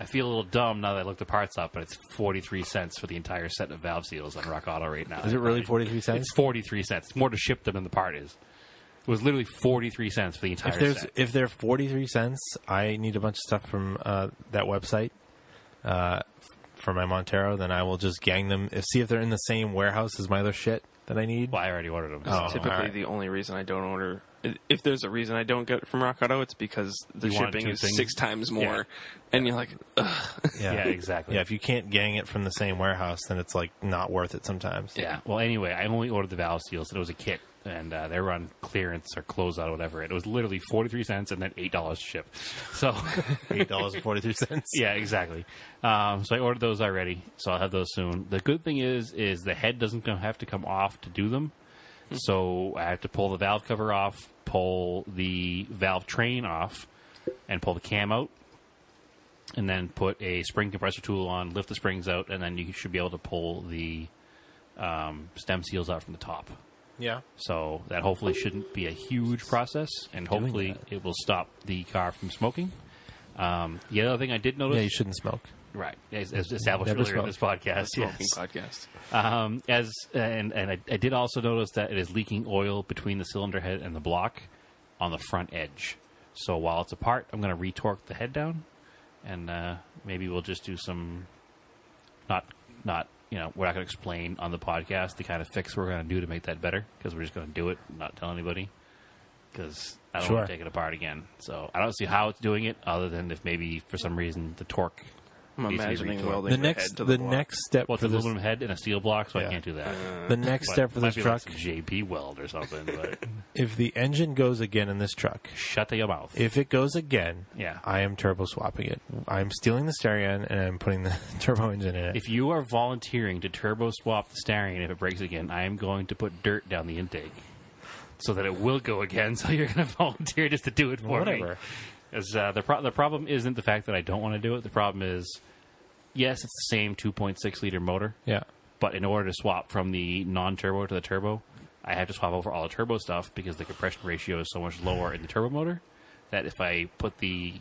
S3: I feel a little dumb now that I looked the parts up, but it's 43 cents for the entire set of valve seals on Rock Auto right now.
S1: Is it really 43 cents?
S3: It's 43 cents. It's more to ship them than the part is. It was literally 43 cents for the entire
S1: if there's
S3: set.
S1: if they're 43 cents, I need a bunch of stuff from uh, that website uh, for my Montero, then I will just gang them. If, see if they're in the same warehouse as my other shit that I need.
S3: Well, I already ordered them.
S1: Oh,
S2: Typically,
S1: alright.
S2: the only reason I don't order, if there's a reason I don't get it from Rock Auto, it's because the
S3: You wanted
S2: shipping
S3: two
S2: is
S3: things?
S2: six times more, and you're like, Ugh.
S3: yeah. exactly.
S1: Yeah, if you can't gang it from the same warehouse, then it's like not worth it sometimes.
S3: Yeah. Well, anyway, I only ordered the valve seals, and it was a kit, and uh, they were on clearance or closeout or whatever. And it was literally forty three cents and then eight dollars to ship. So,
S1: Eight dollars and forty three cents.
S3: yeah, exactly. Um, so I ordered those already, so I'll have those soon. The good thing is, is the head doesn't come, have to come off to do them.
S1: Hmm.
S3: So I have to pull the valve cover off, pull the valve train off, and pull the cam out, and then put a spring compressor tool on, lift the springs out, and then you should be able to pull the um, stem seals out from the top.
S1: yeah.
S3: So that hopefully shouldn't be a huge process, and hopefully it will stop the car from smoking. Um, the other thing I did notice,
S1: Yeah, you shouldn't smoke.
S3: right, as, as established
S1: Never
S3: earlier in this podcast,
S2: smoking
S3: yes.
S2: podcast.
S3: Um, as and and I, I did also notice that it is leaking oil between the cylinder head and the block on the front edge. So while it's apart, I'm going to retorque the head down, and uh, maybe we'll just do some not not you know we're not going to explain on the podcast the kind of fix we're going to do to make that better because we're just going to do it, and not tell anybody because I don't
S1: Sure.
S3: want to take it apart again. So I don't see how it's doing it other than if maybe for some reason the torque.
S2: I'm
S3: needs to be
S2: imagining
S3: retorqued.
S2: welding
S1: The
S2: the
S1: next
S2: head to
S1: the,
S2: the, block.
S1: next step
S3: Well, it's
S1: for
S3: an
S1: this
S3: aluminum head and a steel block, so
S1: Yeah.
S3: I can't do that.
S1: the next
S3: But
S1: step for
S3: might
S1: this
S3: be
S1: truck.
S3: like some JP Weld or something. But
S1: If the engine goes again in this truck,
S3: shut your mouth.
S1: if it goes again,
S3: Yeah.
S1: I am turbo swapping it. I'm stealing the stereo and I'm putting the turbo engine in it.
S3: If you are volunteering to turbo swap the steering if it breaks again, I am going to put dirt down the intake so that it will go again. So you're going to volunteer just to do it for me.
S1: Whatever.
S3: As, uh, the, pro- the problem isn't the fact that I don't want to do it. The problem is, yes, it's the same 2.6 liter motor,
S1: yeah.
S3: but in order to swap from the non turbo to the turbo, I have to swap over all the turbo stuff because the compression ratio is so much lower in the turbo motor that if I put the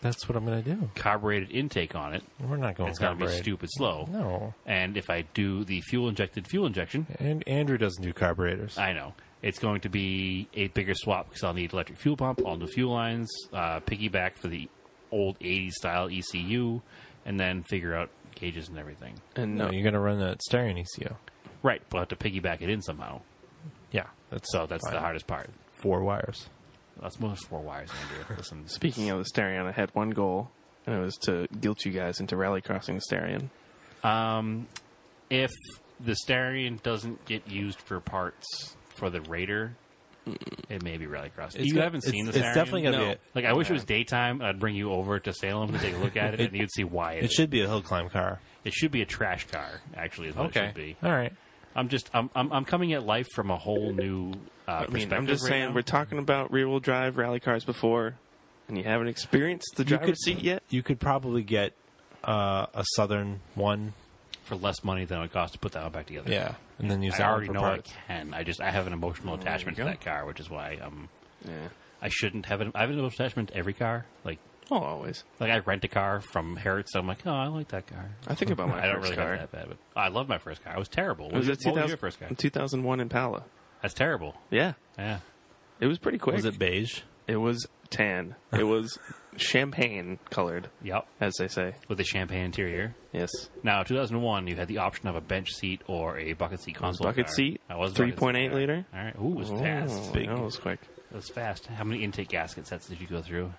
S1: That's what I'm going to do.
S3: carbureted intake on it,
S1: We're not going
S3: it's going to be
S1: carbureted.
S3: stupid slow.
S1: No.
S3: And if I do the fuel injected fuel injection,
S1: And Andrew doesn't do carburetors.
S3: I know it's going to be a bigger swap because I'll need electric fuel pump, all new fuel lines, uh, piggyback for the old 80s style ECU, and then figure out gauges and everything.
S2: and
S1: no,
S2: no,
S1: you're going to run that stereo E ECU.
S3: Right, we'll have to piggyback it in somehow.
S1: Yeah. That's
S3: So that's
S1: fine.
S3: the hardest part.
S1: four wires.
S3: That's more than four wires, Andrew. Listen,
S2: Speaking of Asterion, I had one goal, and it was to guilt you guys into rally crossing Asterion.
S3: Um, if the Starion doesn't get used for parts for the Raider, it may be Rallycross.
S1: It's
S3: you
S1: got-
S3: haven't
S1: it's-
S3: seen the
S1: it's
S3: Starion?
S1: definitely gonna be it.
S3: Like, I wish it was daytime. I'd bring you over to Salem to take a look at it, and you'd see why it,
S1: It
S3: should.
S1: should be a hill climb car.
S3: It should be a trash car, actually, is what it should be.
S1: All right.
S3: I'm just, I'm, I'm, I'm coming at life from a whole new uh,
S2: I mean,
S3: perspective.
S2: I'm just
S3: right
S2: saying
S3: now.
S2: we're talking about rear-wheel drive rally cars before, and you haven't experienced the driver's seat yet.
S1: You could probably get uh, a southern one.
S3: for less money than it would cost to put that one back together.
S1: And then use
S3: I
S1: that
S3: already
S1: one for
S3: know
S1: parts.
S3: I can. I just, I have an emotional attachment to
S2: go.
S3: that car, which is why um,
S2: Yeah.
S3: I shouldn't have an, I have an emotional attachment to every car. Like,
S2: Oh, always.
S3: Like I rent a car from Hertz. I'm like, oh, I like that car.
S2: I think about my
S3: I don't
S2: first
S3: really
S2: car.
S3: like that bad, but I love my first car. I was terrible. What
S2: It was,
S3: was,
S2: a
S3: your, what was
S2: 2000
S3: your first car?
S2: 2001 Impala.
S3: That's terrible.
S2: Yeah,
S3: Yeah.
S2: it was pretty quick.
S1: Was it beige?
S2: It was tan. It was champagne colored,
S3: Yep.
S2: as they say.
S3: With a champagne interior.
S2: Yes.
S3: Now, 2001, you had the option of a bench seat or a bucket seat console.
S2: bucket
S3: car.
S2: seat,
S3: That was a bucket seat
S2: 3.8
S3: car.
S2: liter.
S3: All right. Ooh, it was fast.
S2: Oh,
S3: It
S2: no, it was quick.
S3: was fast. How many intake gasket sets did you go through?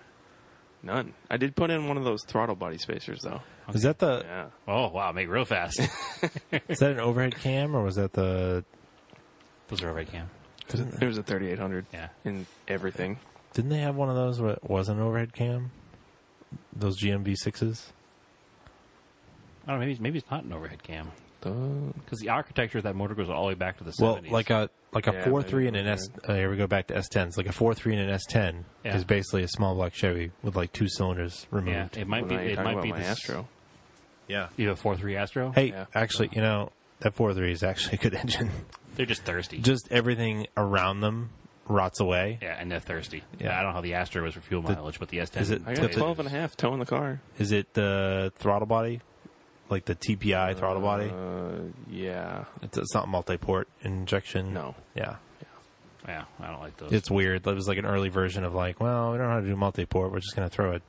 S2: None. I did put in one of those throttle body spacers though.
S1: Is that the
S2: Yeah.
S3: Oh wow, make it real fast.
S1: is that an overhead cam or was that the
S3: Those are over cam.
S2: It was a 3800
S3: Yeah.
S2: in everything.
S1: Didn't they have one of those where it was an overhead cam? Those GMV sixes.
S3: I don't know. Maybe maybe it's not an overhead cam
S2: Oh,
S3: because the architecture of that motor goes all the way back to the 70s.
S1: Well, like a like a
S2: Yeah,
S1: four three and an
S2: maybe.
S1: S. Uh, here we go back to S tens. Like a four three and an S ten
S3: Yeah.
S1: is basically a small block Chevy with like two cylinders
S3: yeah,
S1: removed.
S3: it might
S2: well,
S3: be
S2: now you're
S3: it
S2: talking
S3: might
S2: about
S3: be
S2: my
S3: this,
S2: Astro.
S1: Yeah.
S3: You have a four three Astro.
S1: Hey,
S2: Yeah.
S1: actually, you know that four three is actually a good engine.
S3: They're just thirsty.
S1: Just everything around them rots away.
S3: yeah, and they're thirsty.
S1: Yeah.
S3: Yeah, I don't know how the Astro was for fuel mileage, but the S10
S1: Is it-
S2: I
S3: I
S2: got a
S1: Tip it.
S2: 12 and a half towing the car.
S1: Is it the throttle body? Like the TPI throttle body?
S2: Uh, yeah.
S1: It's, it's not multi port injection.
S2: No.
S1: Yeah.
S3: yeah, I don't like those.
S1: It's weird. That was like an early version of like, well, we don't know how to do multi port. We're just going to throw a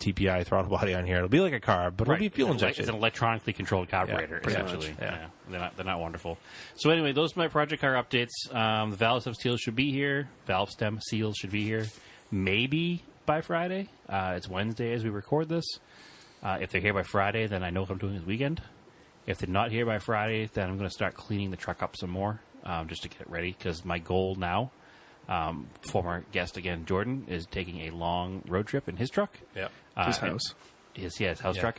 S1: TPI throttle body on here. It'll be like a car, but
S3: Right.
S1: it'll be fuel
S3: it's an ele-
S1: injection.
S3: It's an electronically controlled carburetor,
S1: pretty much,
S3: essentially.
S1: yeah.
S3: they're not they're not wonderful. So anyway, those are my project car updates. Um, the valve stem seals should be here. Valve stem seals should be here. Maybe by Friday. Uh, it's Wednesday as we record this. Uh, if they're here by Friday, then I know what I'm doing this weekend. If they're not here by Friday, then I'm going to start cleaning the truck up some more um, just to get it ready. Because my goal now, um, former guest again, Jordan, is taking a long road trip in his truck.
S1: Yep.
S3: Uh,
S2: His
S3: and-
S2: house.
S3: Yes, yes, house truck.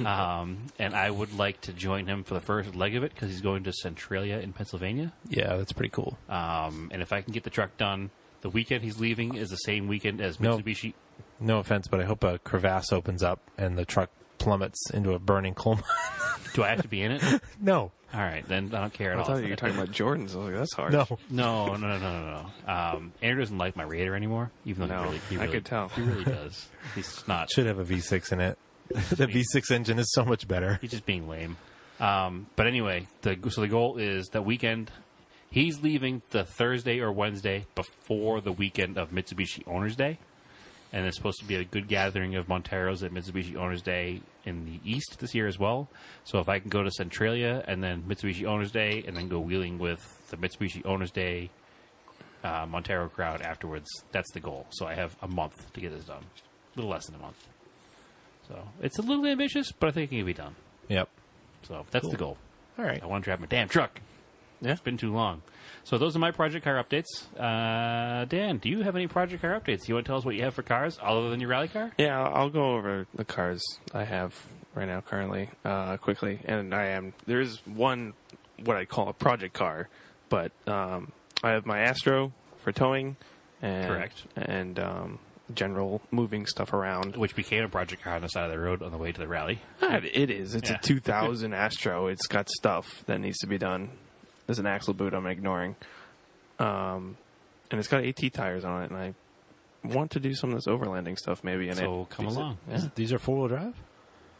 S3: um, and I would like to join him for the first leg of it because he's going to Centralia in Pennsylvania.
S1: yeah, that's pretty cool.
S3: Um, and if I can get the truck done, the weekend he's leaving is the same weekend as
S1: No.
S3: Mitsubishi.
S1: No offense, but I hope a crevasse opens up and the truck plummets into a burning coal mine.
S3: Do I have to be in it?
S1: no,
S3: All right, then I don't care at
S2: I
S3: all.
S2: thought you were talking about Jordans. I was like, that's hard.
S1: no.
S3: No, no, no, no, no, no. Um, Andrew doesn't like my Raider anymore, even though
S2: No,
S3: he really, he
S2: I
S3: really,
S2: could tell.
S3: he really does. He's not.
S1: Should have a V6 in it. the V6 engine is so much better.
S3: He's just being lame. Um, but anyway, the so the goal is that weekend. He's leaving the Thursday or Wednesday before the weekend of Mitsubishi Owners Day, and there's supposed to be a good gathering of Monteros at Mitsubishi Owners Day in the East this year as well. So if I can go to Centralia and then Mitsubishi Owners Day, and then go wheeling with the Mitsubishi Owners Day uh, Montero crowd afterwards, that's the goal. So I have a month to get this done, a little less than a month. So it's a little ambitious, but I think it can be done.
S1: Yep.
S3: So that's the goal.
S1: All right.
S3: I want to drive my damn truck.
S2: Yeah.
S3: It's been too long. So those are my project car updates. Uh, Dan, do you have any project car updates? You want to tell us what you have for cars other than your rally car?
S2: Yeah, I'll I'll go over the cars I have right now currently uh, quickly, and I am there is one what I call a project car, but um, I have my Astro for towing, and
S3: Correct.
S2: and um, general moving stuff around.
S3: Which became a project car on the side of the road on the way to the rally.
S2: Ah, It is. It's
S3: Yeah.
S2: a 2000 Astro. It's got stuff that needs to be done. There's an axle boot I'm ignoring, um, and it's got AT tires on it, and I want to do some of this overlanding stuff maybe. And
S3: so come along.
S2: yeah,
S1: These are four wheel drive?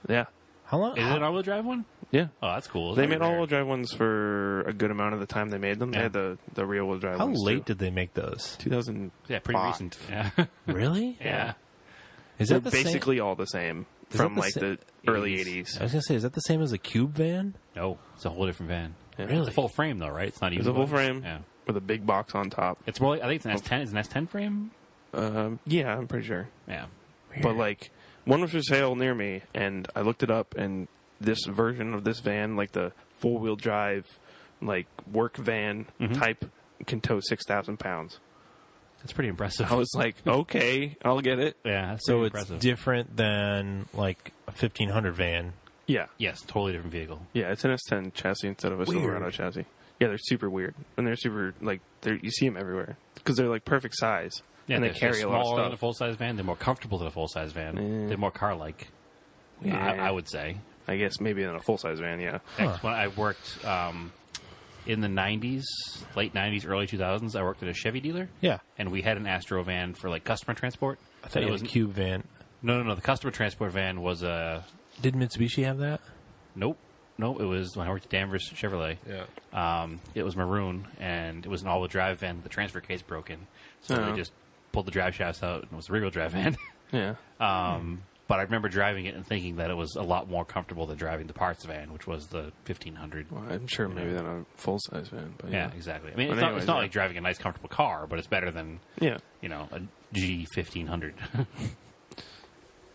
S2: yeah,
S1: How long?
S3: Is it
S1: how-
S3: an all-wheel drive one?
S2: yeah.
S3: Oh, that's cool.
S2: Uh, They
S3: That's
S2: made
S3: rare.
S2: all-wheel drive ones for a good amount of the time they made them. They
S3: Yeah.
S2: had the the rear-wheel drive.
S1: how
S2: ones
S1: late
S2: Too.
S1: did they make those?
S2: Two thousand.
S3: Yeah, pretty
S2: Fuck.
S3: recent. Yeah.
S1: Really?
S3: yeah.
S1: Is
S2: They're
S1: that the same?
S2: basically all the same
S1: Is
S2: from
S1: that the Uh,
S2: like
S1: sa-
S2: the early
S3: 80s?
S2: eighties.
S1: I was gonna say, is that the same as a cube van?
S3: No, it's a whole different van. It's
S1: Really?
S3: a full frame though, right? It's not even.
S2: It's a full
S3: box.
S2: frame Oh.
S3: Yeah.
S2: with a big box on top.
S3: It's more. Like, I think it's an S10. Is an S10 frame?
S2: Um, yeah, I'm pretty sure.
S3: Yeah.
S2: But like one was for sale near me, and I looked it up, and this version of this van, like the four wheel drive, like work van
S1: Mm-hmm.
S2: type, can tow six thousand pounds.
S3: That's pretty impressive.
S2: I was like, okay, I'll get it.
S3: yeah, that's
S1: So
S3: pretty
S1: it's
S3: impressive.
S1: different than like a 1500 van.
S2: Yeah,
S3: yes, totally different vehicle.
S2: yeah, it's an S10 chassis instead of a Silverado chassis. Yeah, they're super weird, and they're super like they're you see them everywhere because they're like perfect size,
S3: Yeah,
S2: and they
S3: they're-
S2: carry
S3: they're
S2: a lot of
S3: smaller than a
S2: stuff.
S3: full size van. They're more comfortable than a full size van.
S2: Yeah.
S3: They're more car like. I, I would say.
S2: I guess maybe in a full size van. Yeah,
S3: That's When I worked um, in the '90s, late '90s, early 2000s, I worked at a Chevy dealer,
S1: Yeah.
S3: and we had an Astro van for like customer transport.
S1: I thought
S3: And
S1: it
S3: it
S1: was
S3: was
S1: a cube van.
S3: no, no, no. The customer transport van was a
S1: Did Mitsubishi have that?
S3: nope, nope. It was when I worked at Danvers Chevrolet.
S1: Yeah.
S3: Um, it was maroon, and it was an all-wheel drive van. The transfer case broke in, so
S2: Oh.
S3: they just pulled the drive shafts out, and it was a rear-wheel drive van.
S2: yeah,
S3: Um, But I remember driving it and thinking that it was a lot more comfortable than driving the parts van, which was the 1500.
S2: well, I'm sure maybe than a full size van. But
S3: Yeah,
S2: yeah,
S3: exactly. I mean,
S2: But
S3: it's, not,
S2: anyways,
S3: it's not
S2: yeah.
S3: like driving a nice, comfortable car, but it's better than,
S2: yeah.
S3: you know, a G1500.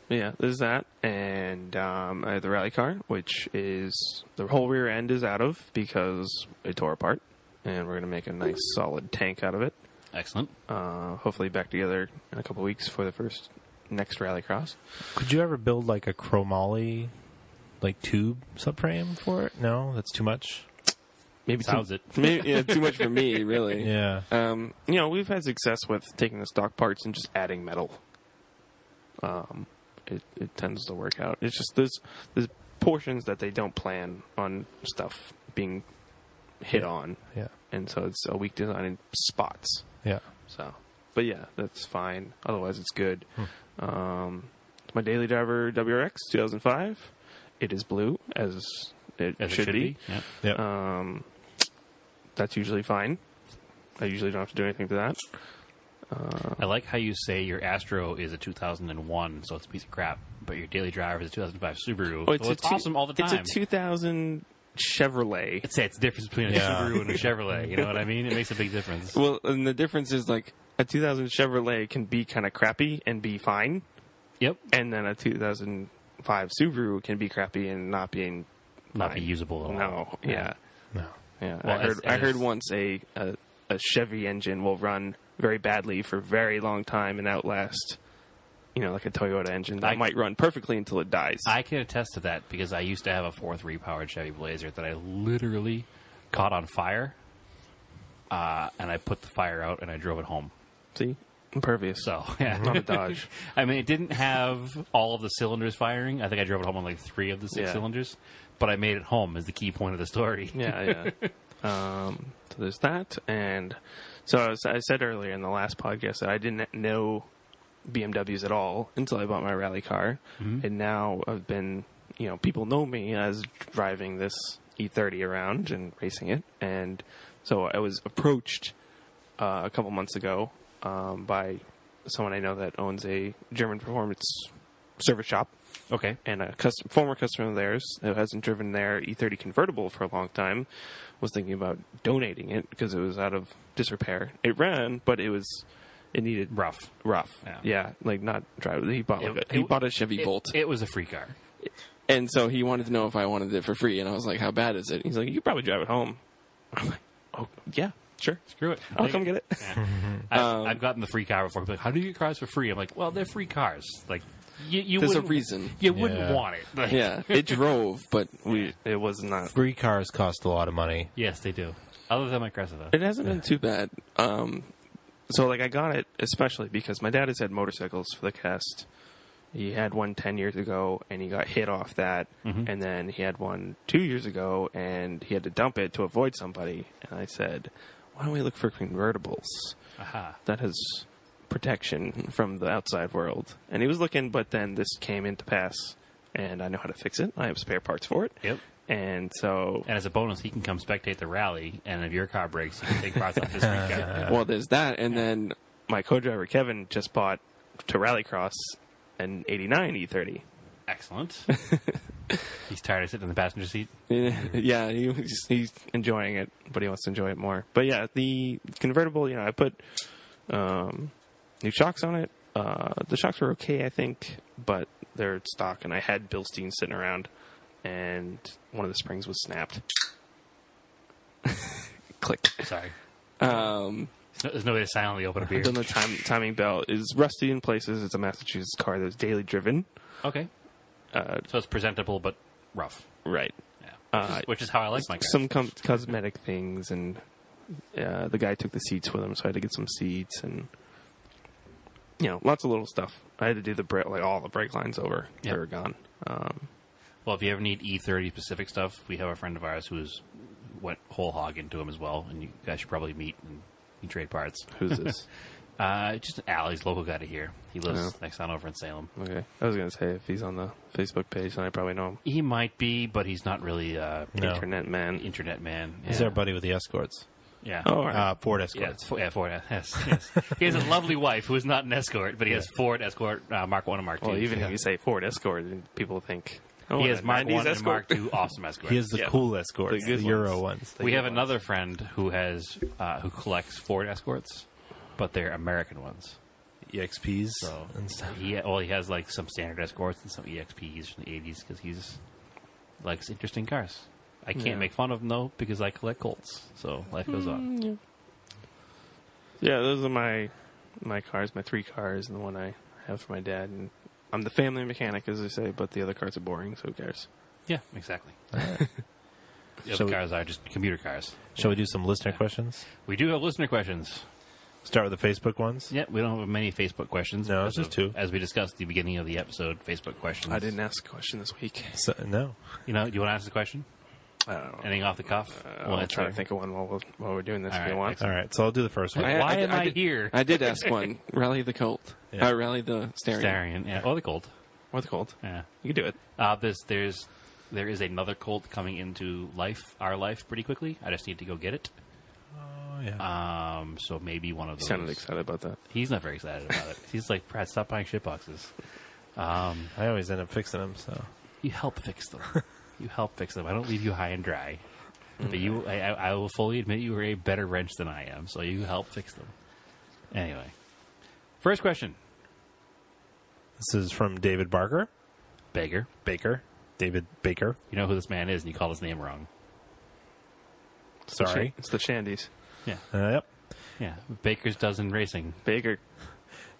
S2: Yeah, there's that, and um, I have the rally car, which is the whole rear end is out of because it tore apart, and we're gonna make a nice solid tank out of it.
S3: Excellent.
S2: Uh, hopefully, back together in a couple weeks for the first next rally cross.
S1: Could you ever build like a chromoly like tube subframe for it? No, that's too much.
S2: Maybe
S3: Sounds
S2: too,
S3: it.
S2: maybe yeah, too much for me, really.
S1: Yeah.
S2: Um, you know, we've had success with taking the stock parts and just adding metal. Um, it, it tends to work out. It's just there's there's portions that they don't plan on stuff being hit on,
S1: Yeah.
S2: and so it's a weak design in spots.
S1: Yeah.
S2: So, but yeah, that's fine. Otherwise, it's good. Um, my daily driver WRX 2005. It is blue as it,
S3: As
S2: should,
S3: it should
S2: be. Oh.
S3: be. Yeah.
S1: Yep.
S2: Um, that's usually fine. I usually don't have to do anything to that.
S3: I like how you say your Astro is a 2001, so it's a piece of crap, but your daily driver is a 2005 Subaru. so it's
S2: Oh, two-
S3: awesome all the time.
S2: It's a 2000 Chevrolet.
S3: I'd say it's the difference between a
S1: Yeah.
S3: Subaru and a Chevrolet. You know what I mean? It makes a big difference.
S2: Well, and the difference is like a 2000 Chevrolet can be kind of crappy and be fine,
S3: Yep.
S2: and then a 2005 Subaru can be crappy and not being
S3: Not
S2: fine.
S3: be usable at all.
S2: No, yeah,
S1: No.
S2: yeah.
S3: Oh, Well,
S2: I heard
S3: as-
S2: I heard
S3: as-
S2: once a, a a Chevy engine will run very badly for a very long time and outlast, you know, like a Toyota engine that
S3: I-
S2: might run perfectly until it dies.
S3: I can attest to that because I used to have a 4.3 powered Chevy Blazer that I literally caught on fire, uh, and I put the fire out and I drove it home.
S2: See, impervious.
S3: So yeah,
S2: Not a Dodge.
S3: I mean it didn't have all of the cylinders firing. I think I drove it home on like three of the six
S2: Yeah.
S3: cylinders, but I made it home is the key point of the story.
S2: yeah, yeah. um, so there's that, and so I, was, I said earlier in the last podcast that I didn't know BMWs at all until I bought my rally car, and now I've been, you know, people know me as driving this E30 around and racing it, and so I was approached uh, a couple months ago um, by someone I know that owns a German performance service shop
S3: Okay,
S2: and a custom, former customer of theirs who hasn't driven their E30 convertible for a long time was thinking about donating it because it was out of disrepair. It ran, but it was it needed
S3: rough.
S2: rough.
S3: Yeah.
S2: like not drive. He bought like a, he
S3: it-
S2: bought a Chevy
S3: it-
S2: Bolt,
S3: It was a free car.
S2: and so he wanted to know if I wanted it for free. And I was like, "How bad is it?" He's like, "You could probably drive it home." I'm like, "Oh yeah, sure,
S3: Screw it.
S2: I'll come get it." Um,
S3: Yeah. I've, I've gotten the free car before. People are Like, how do you get cars for free? I'm like, well, they're free cars. Like, you, you
S2: There's a
S3: wouldn't-
S2: reason.
S3: You wouldn't
S1: Yeah.
S3: want it. Like-
S2: Yeah, it drove, but we it was not.
S1: Free cars cost a lot of money.
S3: Yes, they do. Other than my Cressida.
S2: It hasn't been too bad. Um, so like I got it especially because my dad has had motorcycles for the cast. He had one 10 years ago and he got hit off that. And then he had one two years ago and he had to dump it to avoid somebody. And I said, why don't we look for convertibles?
S3: Aha.
S2: That has protection from the outside world. And he was looking, but then this came into pass and I know how to fix it. I have spare parts for it.
S3: Yep.
S2: And so
S3: And as a bonus, he can come spectate the rally, and if your car breaks, he can take parts off this weekend.
S2: Well, there's that, and then my co-driver Kevin just bought to Rallycross an E '89 E30.
S3: Excellent. He's tired of sitting in the passenger seat.
S2: yeah, he, he's, he's enjoying it, but he wants to enjoy it more. But yeah, the convertible, you know, I put um, new shocks on it. Uh, the shocks were okay, I think, but they're stock, and I had Bilstein sitting around, and one of the springs was snapped. Click.
S3: Sorry.
S2: Um,
S3: There's no, there's no way to silently open a beer.
S2: then the time, timing belt is rusty in places. It's a Massachusetts car that's daily driven.
S3: Okay.
S2: Uh,
S3: So it's presentable but rough.
S2: right.
S3: Yeah.
S2: Uh,
S3: Which is- which is how I like my cars.
S2: some com- cosmetic things, and uh, the guy took the seats with him, so I had to get some seats, and you know, lots of little stuff. I had to do the brake, like all the brake lines over;
S3: Yep.
S2: they were gone. Um,
S3: Well, if you ever need E30 specific stuff, we have a friend of ours who's went whole hog into them as well, and you guys should probably meet and you trade parts.
S2: who's this?
S3: Uh, just Allie's local guy to here. He lives
S2: Oh.
S3: next town over in Salem.
S2: okay, I was gonna say if he's on the Facebook page, then I probably know him.
S3: He might be, but he's not really uh,
S1: No.
S2: Internet man.
S3: internet man. Yeah.
S1: He's our buddy with the escorts.
S3: yeah.
S2: Oh, all right.
S1: Uh, Ford
S3: Yeah,
S1: escorts.
S3: it's Ford, yeah, Ford. uh, Yes, yes. he has a lovely wife who is not an escort, but he has Ford Escort uh, Mark One and Mark Two.
S2: well, even if you say Ford Escort, people think oh,
S3: he
S2: what
S3: has
S2: a
S3: Mark
S2: 90s
S3: One and
S2: Escort.
S3: Mark Two awesome escorts.
S1: He has the
S2: Yeah.
S1: cool escorts,
S2: The
S1: the,
S2: good
S1: Euro
S2: ones.
S1: ones.
S3: we have another friend who has uh, who collects Ford Escorts, but they're American ones.
S1: EXPs
S3: So
S1: E and stuff.
S3: he well, he has like some standard escorts and some EXPs from the '80s because he's likes interesting cars. I can't
S2: Yeah.
S3: make fun of him though because I collect Colts, so life goes on.
S2: Yeah, those are my my cars, my three cars, and the one I have for my dad. And I'm the family mechanic, as they say, but the other cars are boring, so who cares?
S3: Yeah, exactly. the
S1: So
S3: other
S1: we-
S3: cars are just commuter cars.
S1: Shall we do some listener questions?
S3: We do have listener questions.
S1: Start with the Facebook ones.
S3: Yeah, we don't have many Facebook questions.
S1: No, it's
S3: because
S1: just
S3: of-
S1: two.
S3: As we discussed at the beginning of the episode, Facebook questions.
S2: I didn't ask a question this week.
S1: So, no.
S3: You know, do you want to ask the question?
S2: I don't know.
S3: Anything off the cuff?
S2: Oh. Uh,
S3: Well,
S2: I'll
S3: it's
S2: try to
S3: fine.
S2: think of one while, we're- while we're doing this.
S3: All
S2: if you
S3: right,
S2: want.
S1: All right, so I'll do the first one.
S2: I-
S3: Why am I
S2: did-
S3: here?
S2: I did ask one. Rally the Colt.
S1: Yeah.
S2: Uh, rally the Starion.
S3: Starion, yeah, or the Colt.
S2: Or the Colt.
S3: Yeah.
S2: You can do it.
S3: Uh, there's there's there is another cult coming into life, our life, pretty quickly. I just need to go get it.
S1: Oh, yeah.
S3: Um, so maybe one of
S2: You
S3: those.
S2: sounded excited about that.
S3: He's not very excited about it. He's like, Brad, stop buying shit boxes. Um,
S1: I always end up fixing them, so.
S3: you help fix them. you help fix them. I don't leave you high and dry. But you, I, I I will fully admit you are a better wrench than I am. So you help fix them. Anyway, first question,
S1: This is from David Barker.
S3: beggar.
S1: Baker. David Baker.
S3: You know who this man is, and you call his name wrong.
S1: Sorry.
S2: It's the Shandies.
S3: Yeah,
S1: Uh, yep.
S3: yeah. Baker's dozen racing.
S2: Baker.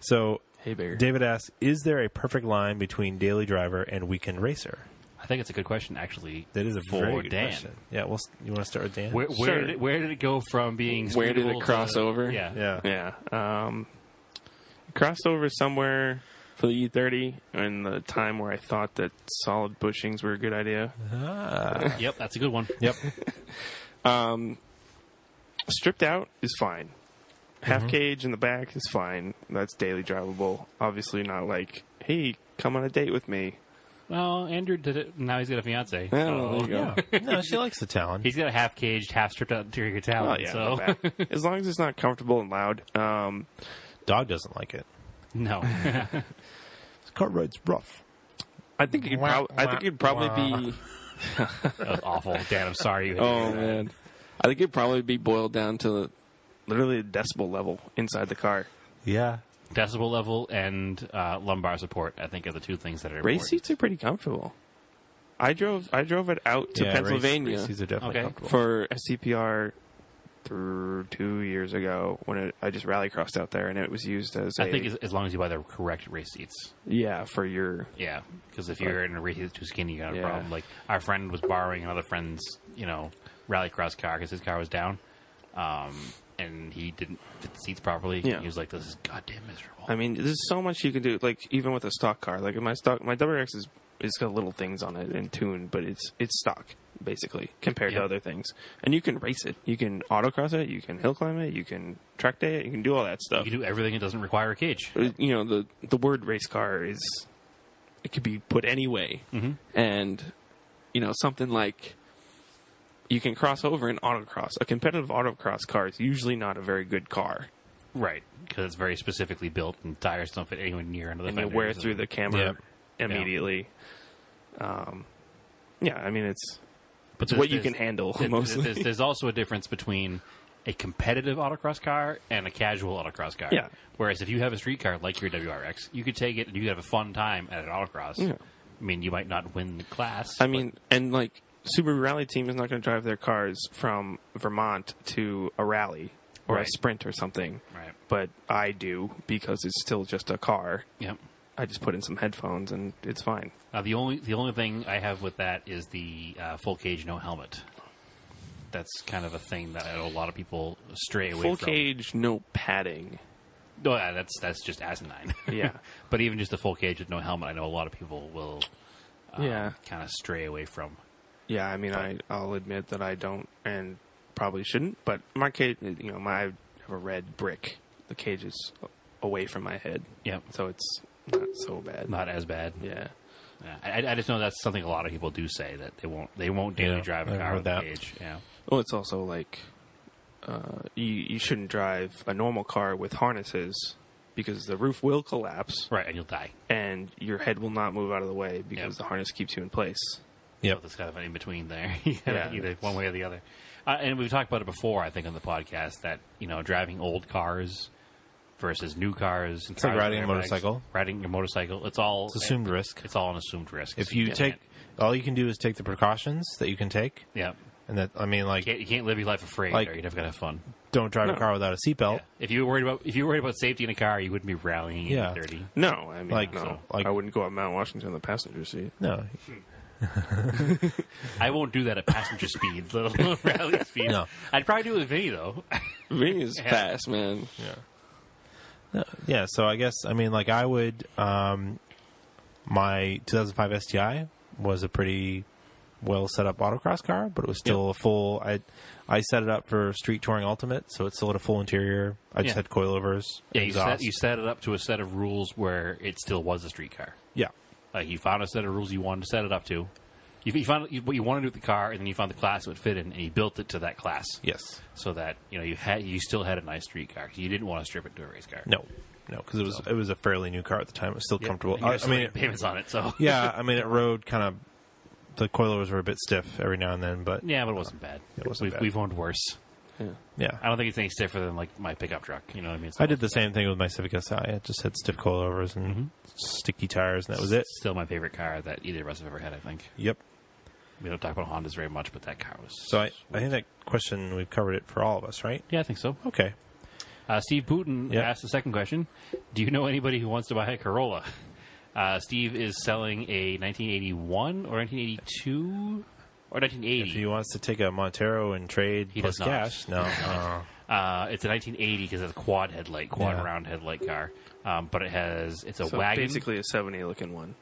S1: So
S2: Hey, Baker.
S1: David asks, "Is there a perfect line between daily driver and weekend racer?"
S3: I think it's a good question, actually.
S1: That is a
S3: for
S1: very good
S3: Dan.
S1: question. Yeah, well, s- you want to start with Dan?
S3: Where, where,
S2: Sure.
S3: did it, where did it go from being
S2: Where did it
S3: Squidable to-
S2: cross over?
S3: Yeah,
S1: yeah.
S2: Yeah. Um, crossed over somewhere for the E30 in the time where I thought that solid bushings were a good idea.
S1: Ah.
S3: yep, that's a good one.
S1: yep.
S2: Um, stripped out is fine.
S1: Mm-hmm.
S2: Half cage in the back is fine. That's daily drivable. Obviously, not like, hey, come on a date with me.
S3: Well, Andrew did it. Now he's got a fiance.
S2: Oh, there you go.
S1: No, she likes the talent.
S3: He's got a half caged, half stripped out interior
S2: Oh,
S3: talent.
S2: yeah,
S3: so
S2: not bad. as long as it's not comfortable and loud. Um,
S1: Dog doesn't like it.
S3: no,
S1: His car ride's rough.
S2: I think it could.
S1: Wah,
S2: Prob- I think it'd probably be.
S3: that was awful. Dan, I'm sorry. You had to do
S2: Oh
S3: that.
S2: man, I think it'd probably be boiled down to literally the decibel level inside the car.
S1: Yeah.
S3: decibel level and uh, lumbar support. I think are the two things that are
S2: Race
S3: important.
S2: seats are pretty comfortable. I drove. I drove it out to
S1: yeah,
S2: Pennsylvania.
S1: Race, races are definitely
S3: Okay.
S1: comfortable.
S2: for SCPR through two years ago when it, I just rallycrossed out there and it was used as a
S3: I think as, as long as you buy the correct race seats.
S2: yeah for your
S3: Yeah, because if you're in a race that's too skinny, you got a
S2: Yeah.
S3: problem. Like our friend was borrowing another friend's, you know, rallycross car because his car was down, um, and he didn't fit the seats properly.
S2: Yeah.
S3: He was like, "This is goddamn miserable."
S2: I mean there's so much you can do like even with a stock car like my stock my WRX is it's got little things on it and tuned but it's it's stock basically compared
S3: Yeah.
S2: to other things and you can race it you can autocross it you can hill climb it you can track day it you can do all that stuff
S3: you can do everything; it doesn't require a cage.
S2: Uh, you know the the word race car is it could be put any way
S3: Mm-hmm.
S2: and you know something like you can cross over in autocross a competitive autocross car is usually not a very good car
S3: Right, because it's very specifically built, and tires don't fit anywhere near another.
S2: and they wear through the camera immediately um yeah i mean it's
S3: but
S2: it's
S3: there's-
S2: what you
S3: there's-
S2: can handle
S3: there-
S2: mostly
S3: There's, there's also a difference between a competitive autocross car and a casual autocross car.
S2: Yeah.
S3: Whereas if you have a street car like your WRX, you could take it and you could have a fun time at an autocross.
S2: Yeah.
S3: I mean, you might not win the class.
S2: I mean, and like Subaru Rally Team is not going to drive their cars from Vermont to a rally or
S3: Right.
S2: a sprint or something.
S3: Right.
S2: But I do because it's still just a car.
S3: but- yep.
S2: I just put in some headphones and it's fine.
S3: Uh, the only the only thing I have with that is the uh, full cage no helmet. That's kind of a thing that I know a lot of people stray away
S2: Full
S3: from.
S2: cage, no padding.
S3: No, yeah, that's that's just asinine.
S2: Yeah.
S3: but even just the full cage with no helmet, I know a lot of people will Uh,
S2: yeah.
S3: kind of stray away from.
S2: Yeah, I mean, I I'll admit that I don't and probably shouldn't, but my cage, you know, my I have a red brick. The cage is away from my head,
S3: Yep.
S2: so it's not so bad.
S3: Not as bad.
S2: yeah,
S3: Yeah. I, I just know that's something a lot of people do say that they won't they won't daily
S1: Yeah,
S3: drive a
S1: I've
S3: car
S1: heard
S3: with a
S1: that.
S3: cage. Yeah.
S2: Well, Oh, it's also like uh, you you shouldn't drive a normal car with harnesses because the roof will collapse
S3: Right, and you'll die.
S2: and your head will not move out of the way because
S3: Yep.
S2: the harness keeps you in place.
S3: So there's kind of an in between there, You gotta
S2: Yeah.
S3: either one way or the other. Uh, and we've talked about it before, I think, on the podcast that you know driving old cars versus new cars. It's
S1: like riding a motorcycle.
S3: Riding your motorcycle. It's all
S1: It's assumed risk.
S3: It's all an assumed risk.
S1: If you
S3: Yeah.
S1: take, all you can do is take the precautions that you can take,
S3: yeah,
S1: and that I mean, like,
S3: you can't, you can't live your life afraid,
S1: Like- Oh.
S3: or you're never gonna have fun.
S1: don't drive a car without a seatbelt.
S3: If you were worried about if you were worried about safety in a car, you wouldn't be rallying
S1: Yeah.
S3: in thirty.
S2: No, I mean,
S1: Like-
S2: no,
S1: like-
S2: I wouldn't go up Mount Washington in the passenger seat.
S1: No,
S3: I won't do that at passenger speed, let alone rally speed.
S1: No.
S3: I'd probably do it with me though.
S2: Ving is fast, man.
S1: yeah. So I guess I mean, like, I would. Um, my 2005 STI was a pretty well set up autocross car, but it was still a full. I I set it up for street touring ultimate, so it still had a full interior. I just
S3: Yeah.
S1: had coilovers.
S3: yeah, you set,
S1: exhaust.
S3: you set it up to a set of rules where it still was a street car.
S1: yeah,
S3: Like you found a set of rules you wanted to set it up to. You, you found what you wanted to do with the car, and then you found the class it would fit in, and you built it to that class
S1: yes,
S3: so that you know you had you still had a nice street car. You didn't want to strip it to a race car.
S1: no, no, because it was it was a fairly new car at the time. It was still comfortable.
S3: And you
S1: I, I
S3: still
S1: mean,
S3: had payments on it, so
S1: yeah, I mean, it rode kind of. The coilovers were a bit stiff every now and then, but
S3: yeah, but it wasn't bad.
S1: It wasn't
S3: we've,
S1: bad.
S3: we've owned worse.
S1: yeah,
S3: I don't think it's any stiffer than like my pickup truck. You know what I mean? It's
S1: I did the
S3: not-
S1: same thing with my Civic Si. I just had stiff coilovers and
S3: Mm-hmm.
S1: sticky tires, and that was it.
S3: It's still my favorite car that either of us have ever had. I think
S1: Yep.
S3: we don't talk about Hondas very much, but that car was.
S1: So I, I think that question we've covered it for all of us, right?
S3: yeah, I think so.
S1: Okay.
S3: Uh, Steve Putin
S1: Yeah.
S3: asked the second question Do you know anybody who wants to buy a Corolla? Uh, Steve is selling a 1981 or 1982 or
S1: If he
S3: 1980.
S1: wants to take a Montero and trade
S3: He
S1: plus
S3: does not.
S1: cash, no. Uh,
S3: Uh, it's a 1980 because it's a quad headlight, quad
S1: Yeah.
S3: round headlight car. Um, but it has it's a
S2: So
S3: wagon.
S2: basically a seventy looking one.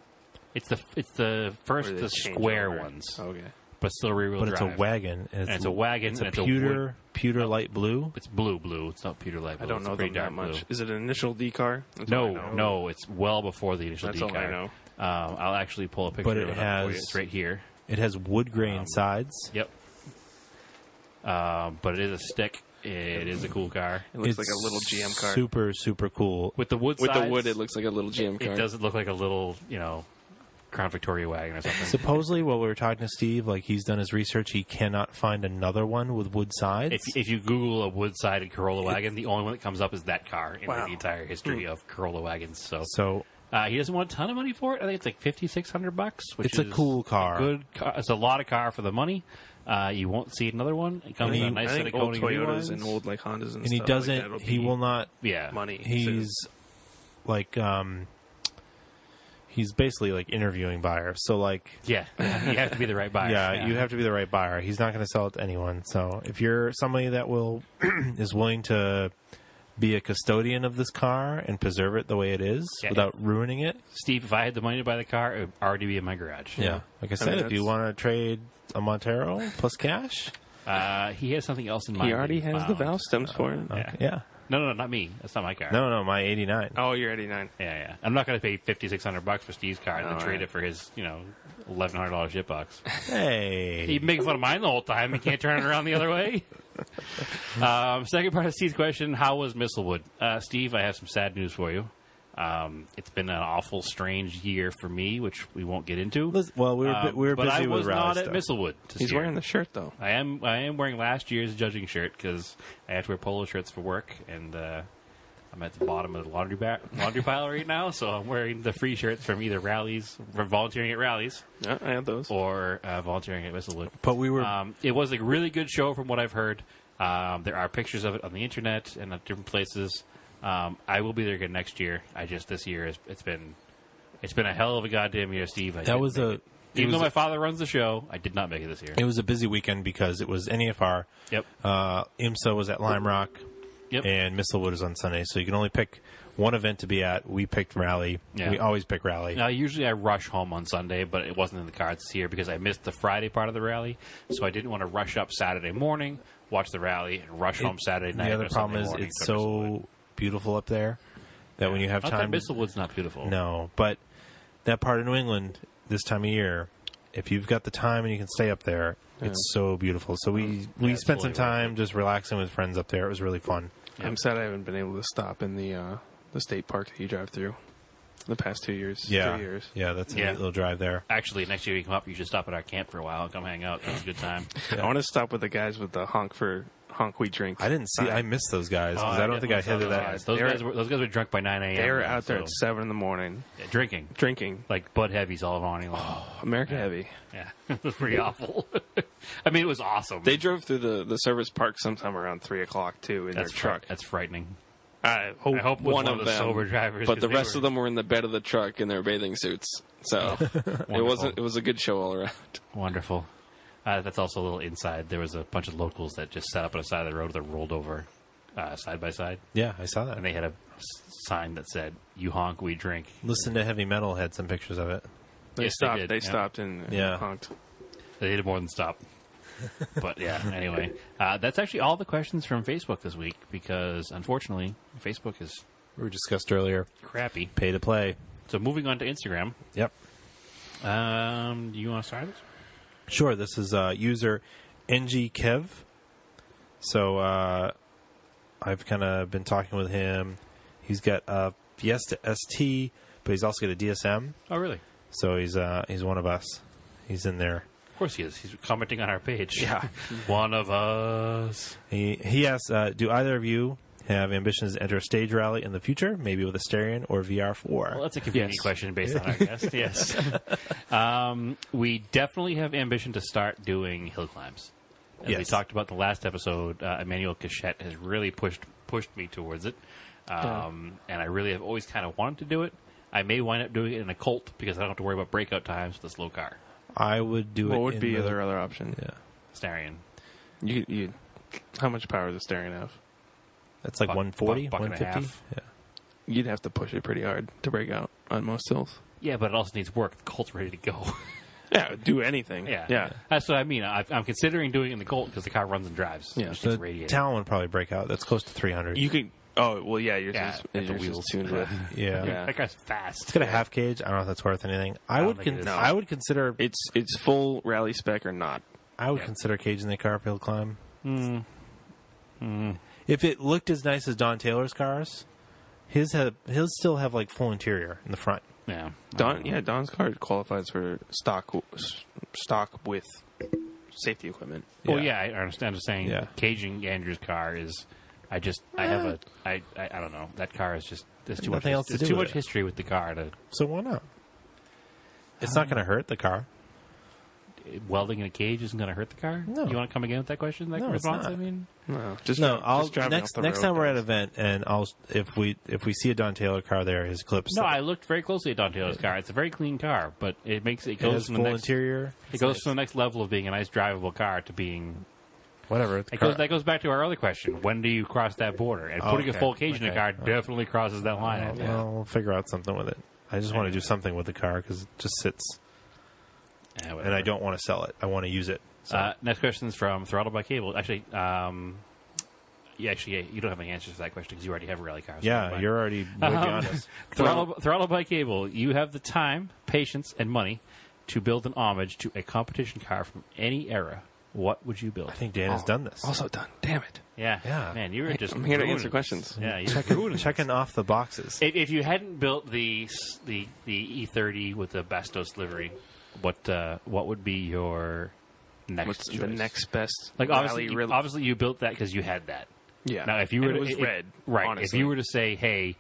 S3: it's the it's the first
S2: Or
S3: the
S2: change
S3: square
S2: over.
S3: ones,
S2: Okay.
S3: but still rear wheel
S1: Oh. but
S3: drive.
S1: it's a wagon. And it's,
S3: And it's a wagon.
S1: It's
S3: and
S1: a
S3: it's
S1: pewter,
S3: A wood,
S1: pewter light blue.
S3: it's blue, blue. It's not pewter light.
S2: I
S3: Blue.
S2: don't
S3: it's
S2: know
S3: pretty
S2: them that
S3: dark blue.
S2: much. Is it an initial D car? That's all I
S3: No,
S2: know.
S3: no, it's well before the initial
S2: That's
S3: D
S2: all I
S3: card.
S2: know.
S3: Um, I'll actually pull a picture
S1: But
S3: of
S1: it
S3: it up for you.
S1: has-
S3: It's right here.
S1: It has wood grain sides.
S3: Yep. Um, but it is a stick. It is a cool car.
S2: It
S1: It's
S2: looks like a little GM car.
S1: Super, super cool.
S3: With the wood
S2: With the
S3: sides,
S2: wood, it looks like a little GM
S3: it
S2: car.
S3: doesn't look like a little, you know, Crown Victoria wagon or something.
S1: Supposedly, while we were talking to Steve, like he's done his research, he cannot find another one with wood sides.
S3: if, if you Google a wood-sided Corolla wagon, the only one that comes up is that car in
S2: Wow.
S3: the entire history
S1: Hmm.
S3: of Corolla wagons. So
S1: so
S3: uh, he doesn't want a ton of money for it. I think it's like fifty-six hundred bucks, which
S1: It's a
S3: is
S1: cool car.
S3: good car. It's a lot of car for the money. Uh, you won't see another one. It comes
S1: And
S3: in a
S1: he-
S3: nice
S2: I
S3: set
S2: think
S3: of
S2: old
S3: Koenig new
S2: Toyotas
S3: ones.
S2: and old like Hondas and,
S1: and he
S2: stuff like that
S1: doesn't.
S2: will
S1: he
S2: be
S1: will not.
S3: yeah,
S2: money. to-
S1: He's like um, he's basically like interviewing buyer. So like,
S3: Yeah, you have to be the right buyer.
S1: yeah, you have to be the right buyer. He's not going to sell it to anyone. So if you're somebody that will is willing to be a custodian of this car and preserve it the way it is
S3: Yeah.
S1: without ruining it,
S3: Steve, if I had the money to buy the car, it would already be in my garage.
S1: Like I said, if you
S2: that's-
S1: want to trade a Montero plus cash,
S3: Uh, he has something else in mind.
S2: he already
S3: that
S2: has the
S3: found.
S2: valve stems for it.
S3: Yeah.
S1: yeah.
S3: No, no, no, not me. That's not my car.
S1: No, no, my eighty nine.
S2: Oh, you're 89.
S3: Yeah, yeah. I'm not going to pay 5600 bucks for Steve's car and then
S2: All
S3: trade
S2: right.
S3: it for his, you know, $1,100 shit box.
S1: Hey,
S3: He's making fun of mine the whole time. He can't turn it around the other way. Um, second part of Steve's question How was Mistlewood? Uh, Steve, I have some sad news for you. Um, it's been an awful, strange year for me, which we won't get into.
S1: Let's- Well, we were bu-
S3: Um,
S1: we were
S3: but
S1: busy
S3: I
S1: with
S3: was
S1: rally
S3: not
S1: stuff.
S3: at Mistlewood. This
S2: He's
S3: year.
S2: wearing the shirt though.
S3: I am. I am wearing last year's judging shirt because I have to wear polo shirts for work, and uh, I'm at the bottom of the laundry ba- laundry pile right now. So I'm wearing the free shirts from either rallies, from volunteering at rallies,
S2: Yeah, I had those.
S1: Oh,
S3: or uh, volunteering at Whistlewood.
S1: But we were
S3: Um, it was a really good show from what I've heard. Um, there are pictures of it on the internet and at different places. Um, I will be there again next year. I just this year is, it's been it's been a hell of a goddamn year, Steve. I
S1: that
S3: didn't
S1: was
S3: make
S1: a
S3: it.
S1: it
S3: even
S1: was
S3: though my
S1: a-
S3: father runs the show, I did not make it this year.
S1: it was a busy weekend because it was NEFR.
S3: Yep.
S1: Uh, IMSA was at Lime Rock,
S3: Yep.
S1: and Mistlewood is on Sunday, so you can only pick one event to be at. We picked Rally.
S3: Yeah.
S1: We always pick Rally.
S3: Now, usually I rush home on Sunday, but it wasn't in the cards this year because I missed the Friday part of the rally, so I didn't want to rush up Saturday morning, watch the rally, and rush home Saturday night.
S1: the other
S3: or
S1: problem
S3: Sunday
S1: is
S3: morning
S1: it's
S3: to Whistlewood.
S1: so beautiful up there that when you have
S3: Not
S1: time,
S3: that Whistlewood's not beautiful.
S1: no. But that part of New England this time of year, if you've got the time and you can stay up there, it's so beautiful. So we we
S3: it's
S1: spent some
S3: totally worth
S1: time just relaxing with friends up there. It was really fun.
S2: I'm sad I haven't been able to stop in the uh, the state park that you drive through. The past two years,
S1: Yeah,
S2: three years.
S1: yeah, that's a
S3: Yeah.
S1: neat little drive there.
S3: Actually, next year you come up, you should stop at our camp for a while and come hang out. That's a good time.
S2: I want to stop with the guys with the honk for honk we drink.
S1: I didn't see. I missed those guys because Oh, I don't think I
S3: those
S1: headed that.
S3: Guys. Those,
S2: They're-
S3: guys were, those guys were drunk by 9 a.m.
S2: They were out there
S3: so-
S2: at seven in the morning
S3: yeah, drinking.
S2: drinking
S3: Like Bud Heavies all morning
S1: Oh.
S3: long.
S2: American Heavy.
S3: Yeah, it was pretty awful. I mean, it was awesome.
S2: They drove through the, the service park sometime around three o'clock too in
S3: that's
S2: their truck.
S3: fri- That's frightening.
S2: I hope,
S3: I hope it was one of the sober drivers,
S2: but
S3: 'cause
S2: the
S3: they
S2: rest
S3: were-
S2: of them were in the bed of the truck in their bathing suits. So it wasn't. It was a good show all around.
S3: Wonderful. Uh, that's also a little inside. There was a bunch of locals that just sat up on the side of the road that rolled over uh, side by side,
S1: Yeah, I saw that.
S3: and they had a s- sign that said, "You honk, we drink."
S1: Listen to heavy metal had some pictures of it.
S2: They
S3: Yes,
S2: stopped.
S3: did,
S2: they
S3: yeah.
S2: stopped and
S1: Yeah.
S2: honked.
S3: They did more than stop. but yeah, anyway, uh, that's actually all the questions from Facebook this week because unfortunately, Facebook is
S1: We were discussed earlier.
S3: crappy.
S1: Pay to play.
S3: So moving on to Instagram,
S1: Yep.
S3: um, do you want to start this?
S1: Sure. This is uh, user ngkev. So uh, I've kind of been talking with him. He's got a Fiesta ST, but he's also got a DSM.
S3: Oh, really?
S1: So he's uh, he's one of us. He's in there.
S3: Of course he is. He's commenting on our page. Yeah, one of us.
S1: He he asks, uh, do either of you have ambitions to enter a stage rally in the future, maybe with a Asterion or VR4?
S3: Well, that's a convenient
S2: Yes.
S3: question based on our guest. Yes, um, we definitely have ambition to start doing hill climbs. As we
S1: Yes.
S3: talked about in the last episode, uh, Emmanuel Cachette has really pushed pushed me towards it, um, and I really have always kind of wanted to do it. I may wind up doing it in a cult because I don't have to worry about breakout times with a slow car.
S1: I would do it.
S2: What would
S1: in
S2: be
S1: the,
S2: their other option?
S1: Yeah,
S3: Starion.
S2: You, you, how much power does Starion have?
S1: that's like
S3: Buck-
S1: 140,
S3: buck- buck and a
S1: 150.
S3: half.
S1: Yeah.
S2: You'd have to push it pretty hard to break out on most hills.
S3: Yeah, but it also needs work. The cult's ready to go.
S2: Yeah, do anything.
S3: yeah,
S2: yeah.
S3: That's what I mean. I, I'm considering doing it in the cult because the car runs and drives.
S2: Yeah.
S3: It's just
S1: The
S3: radiating.
S1: Talon would probably break out. That's close to 300.
S2: You could. Oh well, yeah. Yours
S3: Yeah,
S2: is,
S3: at the
S2: yours is
S3: wheels.
S2: tuned with.
S1: yeah.
S2: Yeah.
S3: that car's fast.
S1: It's got a half cage. I don't know if that's worth anything. I,
S3: don't
S1: would
S3: think
S1: con-
S3: it is.
S1: I would consider
S2: It's it's full rally spec or not.
S1: I would
S3: Yeah. Hmm.
S1: consider caging the car uphill climb. If it looked as nice as Don Taylor's cars, his have he'll still have like full interior in the front.
S3: Yeah,
S2: Don, yeah, Don's car qualifies for stock w- s- stock with safety equipment.
S3: Well, yeah, I understand. I'm just saying
S1: Yeah.
S3: caging Andrew's car is. I just I have a I I, I don't know that car is just there's too much
S1: Nothing else to
S3: there's
S1: do
S3: too
S1: with
S3: much
S1: it.
S3: history with the car to
S1: So why not? It's not going to hurt the car.
S3: welding in a cage isn't going to hurt the car.
S1: No.
S3: you want to come again with that question? That
S1: No, it's
S3: response?
S1: not.
S3: I mean,
S2: No, just
S1: No,
S2: just
S1: I'll
S2: driving
S1: next
S2: off the
S1: next
S2: road,
S1: time we're at
S2: guys.
S1: an event and I'll if we if we see a Don Taylor car there, his clips.
S3: no, I looked very closely at Don Taylor's car. It's a very clean car, but it makes it
S1: it has
S3: goes from
S1: full
S3: the next
S1: interior.
S3: it goes to the next level of being a nice drivable car to being
S1: Whatever. the
S3: it
S1: car-
S3: goes, that goes back to our other question: When do you cross that border? And putting
S1: okay.
S3: a full cage in a
S1: Okay.
S3: car definitely crosses that line. I think.
S1: Well, we'll figure out something with it. I just want to do something with the car because it just sits,
S3: Yeah,
S1: and I
S3: whatever.
S1: don't want to sell it. I want to use it. So
S3: Uh, next question is from Throttle by Cable. Actually, um, yeah, actually, yeah, you don't have any answers to that question because you already have a rally car. so never
S1: yeah,
S3: mind.
S1: you're already way beyond us.
S3: Throttle, Throttle by Cable. You have the time, patience, and money to build an homage to a competition car from any era. What would you build?
S1: I think Dan has done this.
S2: Also done. Damn it.
S3: Yeah.
S1: Yeah.
S3: Man, you were just.
S2: I'm here to
S3: ruining
S2: answer
S3: this.
S2: questions.
S3: Yeah, you
S1: Checking, checking off the boxes.
S3: If, if you hadn't built the s- the the E30 with the Bastos livery, what uh, what would be your next
S2: What's
S3: choice?
S2: the next best?
S3: Like obviously,
S2: rally
S3: you,
S2: rel-
S3: obviously you built that because you had that.
S2: yeah.
S3: Now, if you
S2: And
S3: were
S2: it
S3: to,
S2: was
S3: if-
S2: red,
S3: right?
S2: Honestly.
S3: If you were to say, "Hey,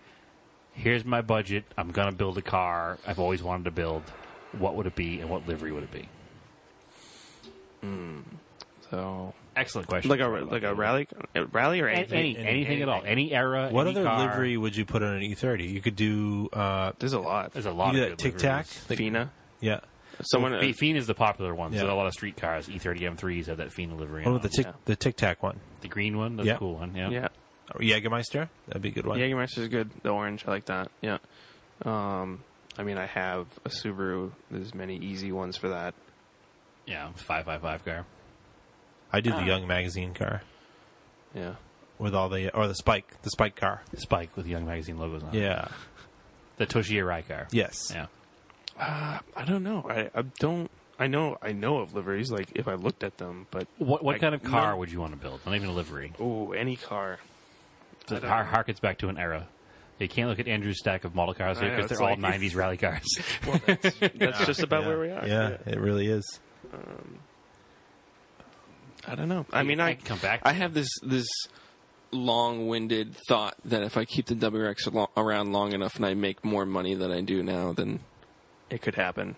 S3: here's my budget. I'm going to build a car. I've always wanted to build. What would it be, and what livery would it be?"
S2: so
S3: Excellent question.
S2: like a like a rally a rally or
S3: A-
S2: anything.
S3: any, anything at all, any era.
S1: What
S3: any
S1: other
S3: car.
S1: livery would you put on an E30? You could do uh,
S2: There's a lot.
S3: There's a
S1: you
S3: lot
S1: do that
S3: of good
S1: Tic Tac.
S3: liveries.
S1: Like-
S2: Fina.
S1: Yeah.
S2: Someone.
S3: Fe- Fiend is the popular one.
S1: Yeah.
S3: There's a lot of street cars. E E30 M3s have that Fiend livery.
S1: What
S3: on
S1: about the
S3: them.
S1: tic
S2: yeah.
S1: the Tic Tac one?
S3: The green one, that's
S1: Yeah.
S3: a cool one. Yeah.
S2: yeah.
S1: Or Jägermeister. That'd be a good one.
S2: Jägermeister's good. The orange, I like that. Yeah. Um, I mean, I have a Subaru. There's many easy ones for that.
S3: Yeah, five five five car.
S1: I
S3: Ah.
S1: do the Young Magazine car
S2: Yeah.
S1: with all the or the Spike the Spike car.
S3: Spike with Young Magazine logos on it.
S1: Yeah.
S3: The Toshiya Rai car.
S1: Yes.
S3: Yeah.
S2: I don't know. I, I don't. I know. I know of liveries. Like if I looked at them, but
S3: What what
S2: Like,
S3: kind of car
S2: no-
S3: would you want to build? Not even a livery.
S2: oh, any car.
S3: It
S2: don't
S3: har-
S2: know.
S3: harkens back to an era. You can't look at Andrew's stack of model cars
S2: I know,
S3: because
S2: it's
S3: they're all
S2: like-
S3: 90s rally cars.
S2: Well, that's, that's just about
S1: Yeah.
S2: where we are.
S1: Yeah, it really is.
S2: I don't know. I mean, I
S3: can come back.
S2: I have this this long-winded thought that if I keep the WRX lo- around long enough and I make more money than I do now, then it could happen.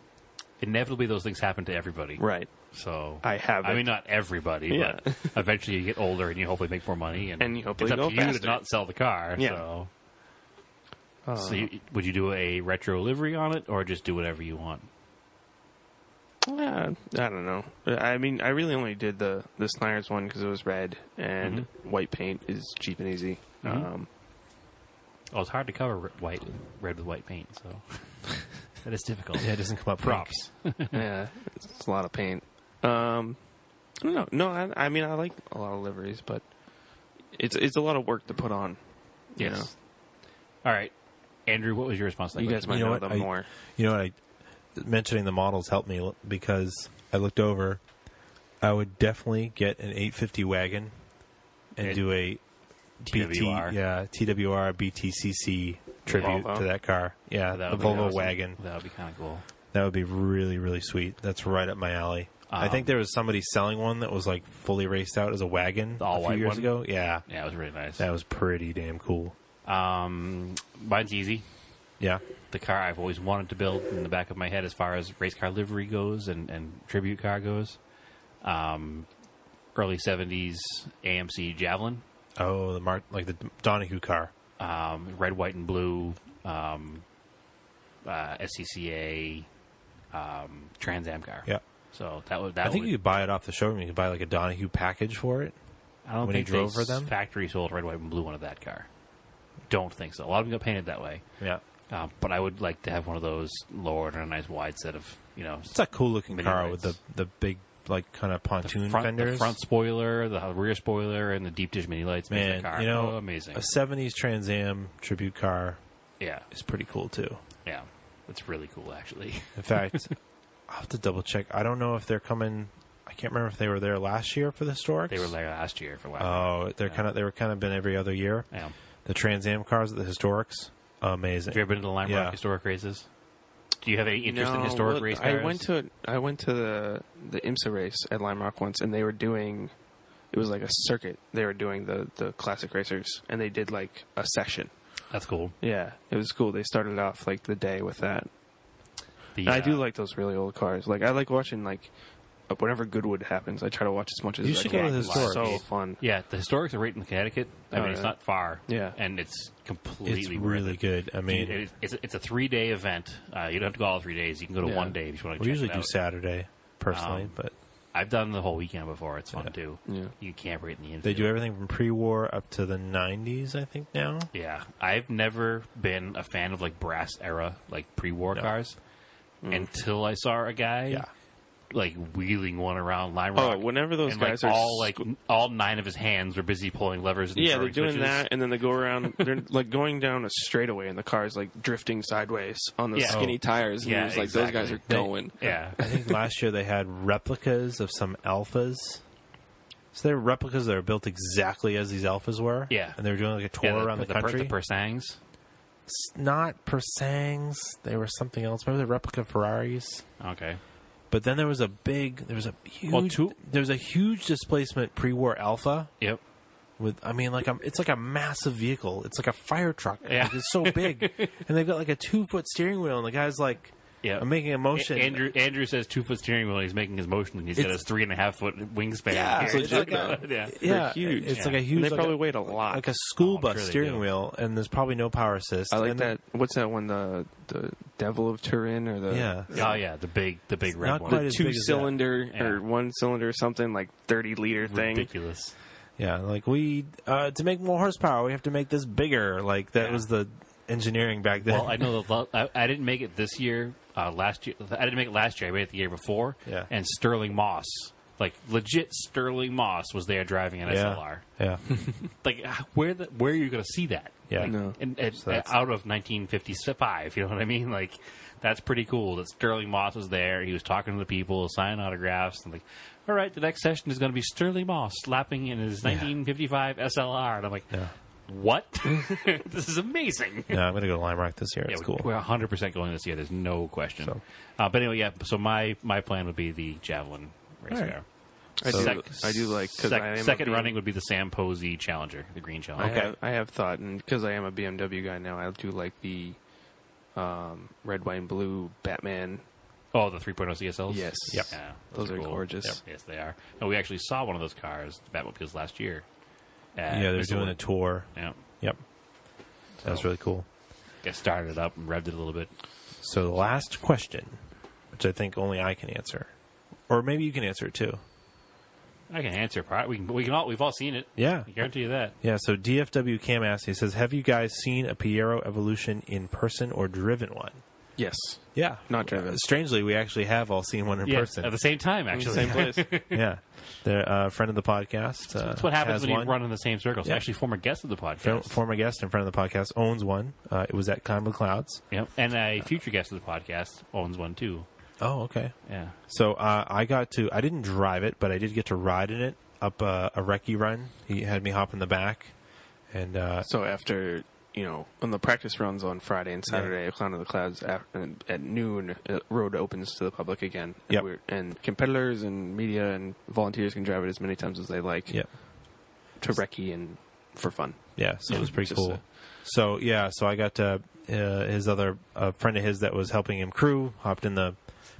S3: Inevitably, those things happen to everybody.
S2: Right.
S3: So
S2: I have
S3: I
S2: it.
S3: mean, not everybody,
S2: Yeah.
S3: but eventually you get older and you hopefully make more money, and,
S2: And you hopefully
S3: it's up
S2: go
S3: to you
S2: faster.
S3: to not sell the car.
S2: Yeah.
S3: So,
S2: Uh.
S3: so you, would you do a retro livery on it, or just do whatever you want?
S2: Uh, I don't know. I mean, I really only did the the Snyder's one because it was red and white paint is cheap and easy. Um,
S3: Oh, it's hard to cover re- white, red with white paint, so that is difficult.
S1: Yeah, it doesn't come up. pink.
S3: Props.
S2: yeah, it's a lot of paint. Um, I don't know. No, I, I mean, I like a lot of liveries, but it's it's a lot of work to put on. You
S3: Yes. All right, Andrew, what was your response? to that
S2: know, you guys
S3: question?
S2: might
S1: know what?
S2: know, them
S1: I-
S2: more.
S1: You know, what? I mentioning the models helped me l- because I looked over. I would definitely get an 850 wagon and
S3: It-
S1: do a BT,
S3: TWR.
S1: yeah, TWR BTCC tribute
S2: Volvo.
S1: to that car. Yeah,
S3: That
S1: the
S3: would be
S1: Volvo
S3: awesome.
S1: wagon.
S3: That would be kind of cool.
S1: That would be really, really sweet. That's right up my alley. I
S3: Um,
S1: think there was somebody selling one that was like fully raced out as a wagon
S3: The
S1: a
S3: all-white
S1: few years
S3: one?
S1: ago. Yeah,
S3: Yeah, it was really nice.
S1: that was pretty damn cool.
S3: Um, mine's easy.
S1: Yeah,
S3: the car I've always wanted to build in the back of my head as far as race car livery goes and, and tribute car goes. Um, early 70s AMC Javelin,
S1: Oh, the Mark, like the Donahue car.
S3: um, red, white, and blue, um, uh, SCCA um, Trans Am car.
S1: Yeah.
S3: So that would that
S1: I think
S3: would,
S1: you could buy it off the showroom. You could buy like a Donahue package for it.
S3: I don't
S1: when he
S3: think
S1: drove
S3: they
S1: for them?
S3: factory sold red, white, and blue one of that car. Don't think so. A lot of them got painted that way.
S1: Yeah.
S3: Uh, but I would like to have one of those lowered and a nice wide set of you know
S1: It's a cool looking
S3: Mini
S1: car with
S3: rides.
S1: the, the big, like, kind of pontoon
S3: front,
S1: fenders.
S3: The front spoiler, the rear spoiler, and the deep dish mini lights makes
S1: Man,
S3: that car
S1: you know,
S3: oh, amazing.
S1: a 70s Trans Am tribute car
S3: yeah,
S1: is pretty cool, too.
S3: yeah, it's really cool actually.
S1: In fact, I'll have to double check. I don't know if they're coming. I can't remember if they were there last year for the historics.
S3: They were there last year for a while.
S1: Oh, they're kind of they were kind of been every other year.
S3: yeah.
S1: The Trans Am cars at the historics, amazing.
S3: Have you ever been to the Lime
S1: Yeah.
S3: Rock historic races? Do you have any interest in
S2: No,
S3: historic
S2: well,
S3: race cars?
S2: I went to I went to the the IMSA race at Lime Rock once, and they were doing it was like a circuit. They were doing the the classic racers, and they did like a session.
S3: That's cool.
S2: Yeah, it was cool. They started off like the day with that.
S3: The,
S2: And I do
S3: uh,
S2: like those really old cars. Like I like watching like uh, whenever Goodwood happens. I try to watch as much as
S1: You
S2: I
S1: should
S2: can.
S1: go to the
S2: It's
S1: historic.
S2: So fun.
S3: Yeah, the historics are right in Connecticut. I mean,
S2: Oh,
S3: it's
S2: yeah.
S3: not far.
S2: Yeah.
S3: and it's completely
S1: it's
S3: worth
S1: really
S3: it.
S1: good. I mean,
S3: It- it's, it's a three day event. Uh, you don't have to go all three days. You can go to
S2: Yeah.
S3: one day if you want to.
S1: we usually
S3: it
S1: do
S3: out.
S1: Saturday personally,
S3: Um,
S1: but
S3: I've done the whole weekend before. It's fun
S1: Yeah.
S3: too.
S2: Yeah.
S3: You camp right in the infield.
S1: They do everything from pre-war up to the '90s, I think. Now,
S3: Yeah, I've never been a fan of like brass era, like pre-war cars, until I saw a guy
S1: Mm. Yeah.
S3: like wheeling one around Lime
S2: Oh,
S3: Rock.
S2: whenever those
S3: and
S2: guys
S3: like
S2: are
S3: all
S2: squ-
S3: like n- all nine of his hands were busy pulling levers. And
S2: yeah, they're
S3: throwing
S2: doing
S3: switches.
S2: that, and then they go around. They're like going down a straightaway, and the car's like drifting sideways on the
S3: Yeah.
S2: skinny tires. And
S3: Yeah,
S2: yeah, like
S3: exactly.
S2: those guys are
S1: Oh. They-
S2: going.
S3: Yeah,
S1: I think last year they had replicas of some alphas. So they're replicas that are built exactly as these alphas were.
S3: Yeah.
S1: And they were doing like a tour
S3: yeah,
S1: around the,
S3: per-
S1: country.
S3: The Persangs.
S1: It's not Persangs. They were something else. Remember the replica Ferraris?
S3: Okay.
S1: But then there was a big, there was a huge,
S3: Well, two-
S1: there was a huge displacement pre-war Alpha
S3: Yep.
S1: with, I mean, like a, it's like a massive vehicle. It's like a fire truck.
S3: Yeah.
S1: Like, it's so big, and they've got like a two-foot steering wheel, and the guy's like,
S3: Yeah.
S1: I'm making a motion.
S3: Andrew Andrew says two foot steering wheel. and He's making his motion. and He's got
S1: It's-
S3: his three and a half foot wingspan.
S1: Yeah,
S3: Here.
S1: it's legit,
S3: yeah.
S1: yeah,
S2: huge.
S1: It's
S3: Yeah.
S1: like a huge.
S2: And they
S1: like
S2: probably
S1: a-
S2: weighed a lot.
S1: like a school
S3: Oh, I'm
S1: bus
S3: sure they
S1: steering
S3: do.
S1: wheel, and there's probably no power assist.
S2: I like
S1: and
S2: that. What's that one? The the Devil of Turin or the
S1: Yeah,
S3: Oh yeah, the big the big red
S1: not
S3: one.
S1: quite as big
S2: two
S1: as that.
S2: cylinder
S3: Yeah.
S2: or one cylinder something like thirty liter thing.
S3: Ridiculous.
S1: yeah. Like we uh, to make more horsepower, we have to make this bigger. Like that
S3: Yeah.
S1: was the engineering back then.
S3: Well, I know that I, I didn't make it this year. Uh, last year, I didn't make it last year. I made it the year before.
S1: Yeah.
S3: And Sterling Moss, like legit Sterling Moss, was there driving an
S1: yeah,
S3: SLR.
S1: yeah.
S3: Like uh, where the where are you going to see that?
S1: Yeah.
S3: Like,
S2: No.
S3: And, and-
S1: So that's-
S3: out of 1955, you know what I mean? Like that's pretty cool that Sterling Moss was there. He was talking to the people, signing autographs, and like, all right, the next session is going to be Sterling Moss lapping in his 1955 SLR, and I'm like,
S1: Yeah.
S3: what? this is amazing.
S1: No, I'm gonna go to Lime Rock this year.
S3: Yeah,
S1: it's
S3: we-
S1: cool.
S3: We're 100 percent going this year. There's no question.
S1: So-
S3: Uh, but anyway, yeah. So my my plan would be the javelin race
S1: All right.
S3: car.
S2: I do,
S3: Sec-
S2: I do like because
S3: sec-
S2: I am a
S3: second
S2: B-
S3: running would be the Sam Posey Challenger, the green
S2: I
S3: Challenger.
S2: have, I have thought, and because I am a BMW guy now, I do like the um, red, white, and blue Batman.
S3: Oh, the 3.0 CSLs.
S2: Yes.
S3: Yeah,
S2: Yep.
S3: those,
S2: Those are
S3: cool.
S2: gorgeous.
S3: Yep, Yes, they are. And we actually saw one of those cars, the Batmobiles, last year. at
S1: yeah, they're
S3: Missile
S1: doing a
S3: Wood.
S1: tour.
S3: Yeah,
S1: Yep, that was really cool.
S3: got started it up and revved it a little bit.
S1: So the last question, which I think only I can answer, or maybe you can answer it too.
S3: I can answer. part. We can. We can all. We've all seen it.
S1: Yeah.
S3: I guarantee you that.
S1: Yeah, so DFW Cam asks, he says, Have you guys seen a Piero Evolution in person or driven one?
S2: Yes,
S1: Yeah.
S2: Not driven.
S1: strangely, we actually have all seen one in
S3: Yeah,
S1: person.
S3: at the same time, actually.
S2: same place.
S1: yeah. They're uh, a friend of the podcast. Uh,
S3: That's what happens
S1: has
S3: when you
S1: one.
S3: run in the same circles.
S1: Yeah.
S3: Actually, former guest of the
S1: Fir-
S3: podcast.
S1: Former guest and friend of the podcast owns one. Uh, it was at Climb the Clouds.
S3: Yep. And a future guest of the podcast owns one too.
S1: Oh, okay.
S3: Yeah.
S1: So uh, I got to, I didn't drive it, but I did get to ride in it up uh, a recce run. He had me hop in the back. And uh,
S2: So after you know, when the practice runs on Friday and Saturday, Clown of the Clouds af- and at noon, uh, road opens to the public again. And
S1: Yep.
S2: we're- And competitors and media and volunteers can drive it as many times as they like
S1: yeah.
S2: to recce and for fun.
S1: Yeah, so it was pretty
S2: Just
S3: uh,
S1: cool.
S2: a-
S1: so yeah, so I got to uh, his other a friend of his that was helping him crew hopped in the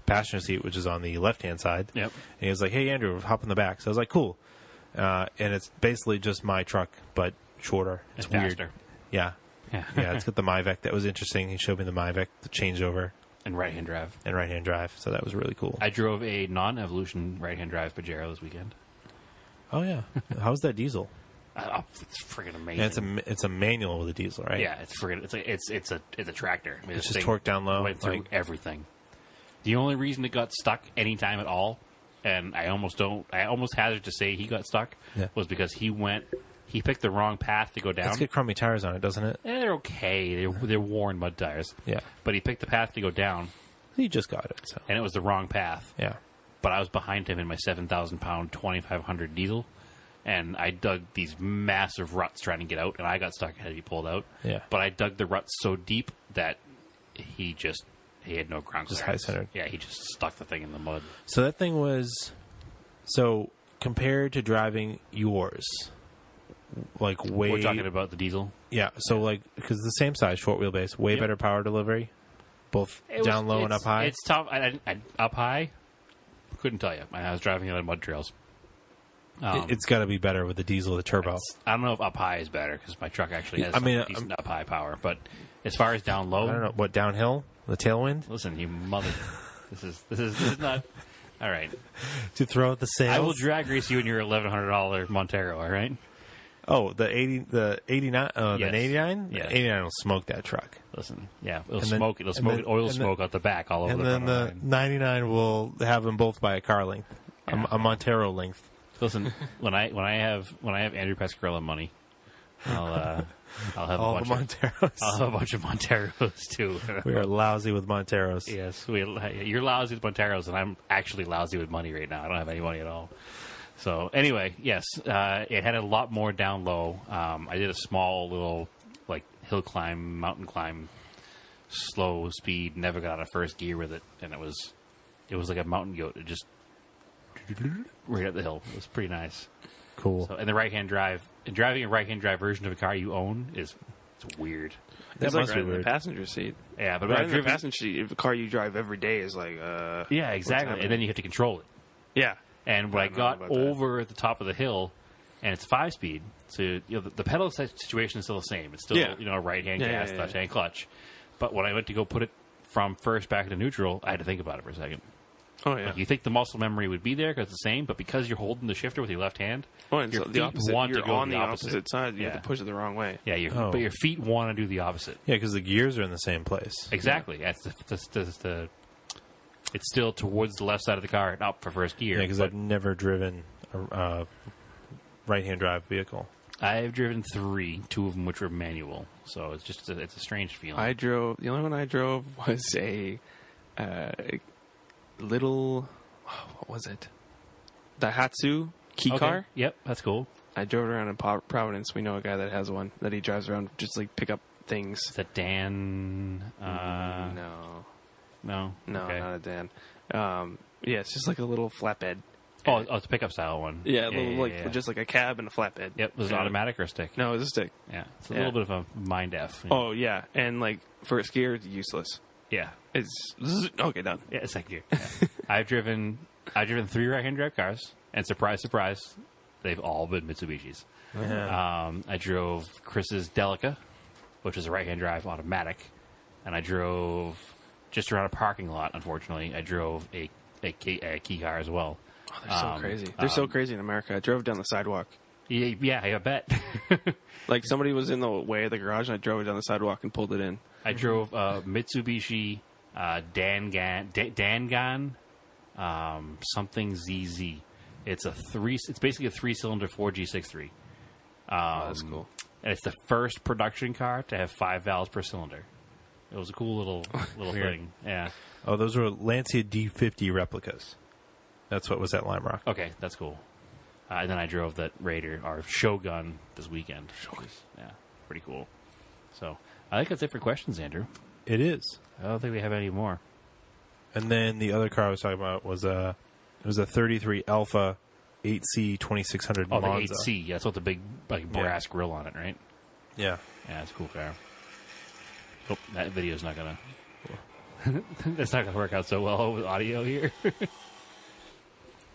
S1: passenger seat, which is on the left hand side.
S3: Yep.
S1: And he was like, "Hey, Andrew, hop in the back." So I was like, "Cool." Uh, and it's basically just my truck, but shorter. It's
S3: And
S1: weird.
S3: faster.
S1: Yeah,
S3: Yeah.
S1: yeah. It's got the Myvec. That was interesting. He showed me the Myvec, the changeover,
S3: and right hand drive.
S1: and right hand drive. So that was really cool.
S3: I drove a non evolution right hand drive Pajero this weekend.
S1: oh yeah, how's that diesel?
S3: Uh, oh, it's freaking amazing.
S1: And it's a it's a manual with a diesel, right?
S3: yeah, it's freaking it's like it's it's a it's a tractor. I mean,
S1: It's
S3: this
S1: just
S3: thing
S1: torqued down low.
S3: Went through
S1: like-
S3: everything. The only reason it got stuck anytime at all, and I almost don't I almost hazard to say he got stuck
S1: Yeah.
S3: was because he went he picked the wrong path to go down.
S1: It's got crummy tires on it, doesn't it?
S3: Eh, they're okay. They're, they're worn mud tires.
S1: Yeah.
S3: But he picked the path to go down,
S1: He just got it. So
S3: and it was the wrong path.
S1: yeah.
S3: But I was behind him in my 7,000 pound 2,500 diesel, and I dug these massive ruts trying to get out, and I got stuck and had to be pulled out.
S1: Yeah.
S3: But I dug the ruts so deep that he just. He had no ground
S1: Just
S3: clearance.
S1: high-centered.
S3: Yeah, he just stuck the thing in the mud.
S1: So that thing was so compared to driving yours, like way
S3: We're talking about the diesel.
S1: yeah. So like because the same size, short wheelbase, way
S3: Yep.
S1: better power delivery, both
S3: It was-
S1: down low and
S3: it's-
S1: up high.
S3: It's tough. I, I, I, up high, couldn't tell you. I was driving it on mud trails. Um,
S1: It- it's got to be better with the diesel, the turbo.
S3: I don't know if up high is better because my truck actually has
S1: I
S3: I
S1: mean,
S3: decent up high power. But as far as down low,
S1: I don't know what downhill, the tailwind
S3: listen, you mother, this is this is this is not. All right,
S1: to throw out the sails.
S3: I will drag race you in your eleven hundred dollar Montero. All right,
S1: Oh, the eighty, the eighty nine, uh,
S3: Yes.
S1: the eighty nine,
S3: Yes.
S1: eighty nine will smoke that truck,
S3: Listen, yeah, it'll
S1: And then-
S3: smoke. it'll
S1: and
S3: smoke
S1: then-
S3: oil
S1: and then-
S3: smoke out the back all over
S1: and
S3: the
S1: then
S3: front of
S1: the
S3: the line.
S1: ninety nine will have them both by a car length, a-
S3: Yeah.
S1: a, Montero length.
S3: Listen, when I when I have when I have Andrew Pascarella money, I'll uh, I'll have
S1: All
S3: a
S1: the
S3: bunch of
S1: Monteros.
S3: I'll have a bunch of Monteros too.
S1: we are lousy with Monteros.
S3: yes, we you're lousy with Monteros, and I'm actually lousy with money right now. I don't have any money at all. So anyway, yes, uh, it had a lot more down low. Um, I did a small little like hill climb, mountain climb, slow speed. Never got out of first gear with it, and it was it was like a mountain goat. It just right up the hill. It was pretty nice.
S1: Cool.
S3: So, and the right hand drive, and driving a right hand drive version of a car you own is it's weird.
S1: that
S2: it's
S1: must be
S2: like riding in the
S1: weird.
S2: passenger seat.
S3: Yeah, but when
S2: Riding
S3: I've
S2: in the
S3: driven,
S2: passenger seat, if a car you drive every day is like, uh,
S3: yeah, exactly,
S2: happening?
S3: and then you have to control it.
S2: yeah,
S3: And when I,
S2: don't know
S3: got
S2: about that.
S3: over at the top of the hill, and it's five speed, so you know the, the pedal si- situation is still the same. It's still
S2: Yeah.
S3: you know right hand
S2: Yeah, yeah,
S3: gas,
S2: yeah,
S3: left hand clutch. But when I went to go put it from first back into neutral, I had to think about it for a second.
S2: oh yeah.
S3: You think the muscle memory would be there because it's the same, but because you're holding the shifter with your left hand,
S2: Oh, and
S3: your
S2: so the
S3: feet
S2: opposite.
S3: want to
S2: you're
S3: go
S2: on
S3: the
S2: the opposite,
S3: opposite.
S2: side. You have
S3: Yeah.
S2: to push it the wrong way.
S3: yeah, your,
S1: Oh.
S3: but your feet want to do the opposite.
S1: Yeah, because the gears are in the same place.
S3: Exactly. That's the, that's the, that's the- it's still towards the left side of the car and up for first gear.
S1: Yeah, because I've never driven a uh, right-hand drive vehicle.
S3: I've driven three, two of them which were manual. So it's just a, it's a strange feeling.
S2: I drove. The only one I drove was a uh, little. What was it? The Hatsu key
S3: Okay.
S2: car.
S3: Yep, that's cool.
S2: I drove around in Pro- Providence. We know a guy that has one that he drives around just like pick up things.
S3: It's a Dan. Uh,
S2: no,
S3: no,
S2: no,
S3: Okay.
S2: not a Dan. Um, yeah, it's just like a little flatbed.
S3: Oh, oh, it's a pickup style one.
S2: Yeah, a little, like
S3: yeah.
S2: just like a cab and a flatbed.
S3: Yep, was it
S2: Yeah.
S3: automatic or stick?
S2: No, it was a stick.
S3: Yeah, it's a
S2: Yeah.
S3: little bit of a mind f.
S2: Oh yeah, and like first gear useless.
S3: yeah,
S2: It's zzz, okay done.
S3: yeah, second gear. Yeah. I've driven, I've driven three right-hand drive cars, and surprise, surprise, they've all been Mitsubishis. Um, I drove Chris's Delica, which is a right hand drive automatic, and I drove just around a parking lot. Unfortunately, I drove a a, key, a key car as well.
S2: Oh, They're so
S3: Um,
S2: crazy. They're so crazy in America. I drove down the sidewalk.
S3: Yeah, yeah, I bet.
S2: Like somebody was in the way of the garage, and I drove it down the sidewalk and pulled it in.
S3: I drove uh, Mitsubishi uh, Dangan D- Dangan um, something ZZ. It's a three. It's basically a three cylinder four G six three.
S2: Oh,
S3: Um,
S2: that's cool.
S3: and it's the first production car to have five valves per cylinder. It was a cool little little thing. Yeah.
S1: Oh, those were Lancia D50 replicas. That's what was at Lime Rock.
S3: Okay, that's cool. Uh, and then I drove that Raider or Shogun this weekend. which is- Yeah, pretty cool. So I think that's it for questions, Andrew.
S1: It is.
S3: I don't think we have any more.
S1: And then the other car I was talking about was a it was a 33 Alpha 8C 2600
S3: Oh,
S1: Monza.
S3: the 8C. Yeah, that's with the big like brass grill on it, right?
S1: Yeah.
S3: Yeah, it's a cool car. Oh, that video's not gonna. that's not gonna work out so well with audio here.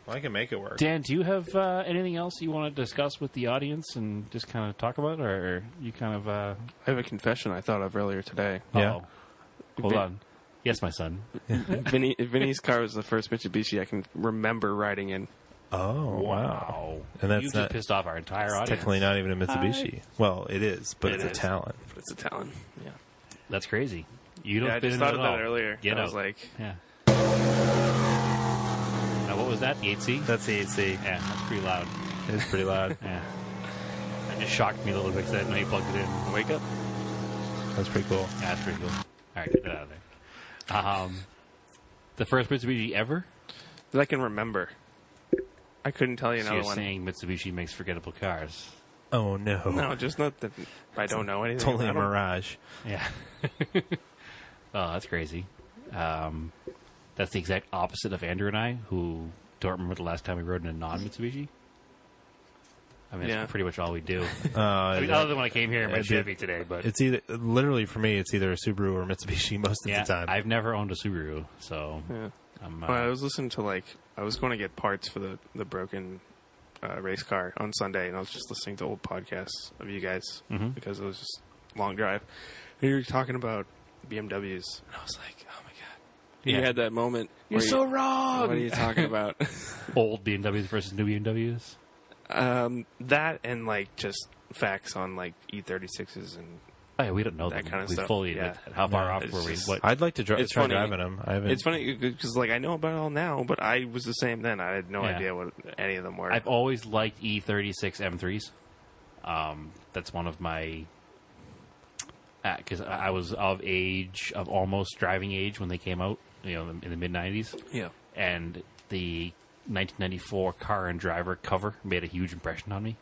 S1: Well, I can make it work.
S3: Dan, do you have uh, anything else you want to discuss with the audience and just kind of talk about, or you kind of? Uh,
S2: I have a confession I thought of earlier today.
S1: Yeah.
S3: uh-oh. Hold on. Yes, my son.
S2: Vinny, Vinny's car was the first Mitsubishi I can remember riding in.
S1: Oh, wow. And that's
S3: you
S1: not-
S3: just pissed off our entire audience.
S1: Technically not even a Mitsubishi. well, it is, but
S2: It
S1: it's a
S2: is.
S1: Talon.
S2: But it's a Talon. Yeah,
S3: That's crazy. You don't
S2: yeah I
S3: fit
S2: just
S3: in
S2: thought of
S3: at all.
S2: that earlier.
S3: Get
S2: I
S3: out.
S2: was like,
S3: yeah. Now, what was that? The 8C?
S1: That's the 8C.
S3: yeah, that's pretty loud.
S1: It's pretty loud.
S3: Yeah. That just shocked me a little bit because I didn't know you plugged it in. Yeah,
S2: wake up.
S1: That's pretty cool.
S3: that's pretty cool. All right, get that out of there. Um, the first Mitsubishi ever?
S2: That I can remember. I couldn't tell you
S3: So
S2: another
S3: you're
S2: one.
S3: saying Mitsubishi makes forgettable cars.
S1: Oh no.
S2: No, just not that I don't know anything.
S1: It's only
S2: I
S1: a
S2: don't-
S1: mirage.
S3: Yeah. oh, that's crazy. Um, that's the exact opposite of Andrew and I, who don't remember the last time we rode in a non Mitsubishi. I mean,
S2: Yeah.
S3: that's pretty much all we do.
S1: Uh,
S3: I mean, other than when I came here in my
S1: it'd be-
S3: Chevy today, but
S1: it's either literally for me. It's either a Subaru or Mitsubishi most of
S3: yeah,
S1: the time.
S3: I've never owned a Subaru, so
S2: Yeah.
S3: I'm. Uh,
S2: Well, I was listening to like I was going to get parts for the the broken uh, race car on Sunday, and I was just listening to old podcasts of you guys
S3: Mm-hmm.
S2: because it was just long drive. And you were talking about BMWs, and I was like, oh my god,
S3: Yeah.
S2: you had that moment. You're
S3: so
S2: wrong. What are you talking about?
S3: old BMWs versus new BMWs.
S2: um, that and like just facts on like E36s and
S3: Oh, yeah, we don't know
S2: That
S3: that
S2: kind of
S3: we
S2: stuff,
S3: fully
S2: yeah.
S3: admit that. How far
S1: No,
S3: off
S2: it's
S3: were we?
S2: just-
S3: What?
S1: I'd like to dri-
S2: It's
S1: try
S2: funny.
S1: driving them. I haven't.
S2: it's funny because like I know about it all now, but I was the same then. I had no
S3: Yeah.
S2: idea what any of them were.
S3: I've always liked E E36 M3s. Um, that's one of my because I I was of age, of almost driving age when they came out. You know, in the mid '90s,
S2: yeah,
S3: and the 1994 Car and Driver cover made a huge impression on me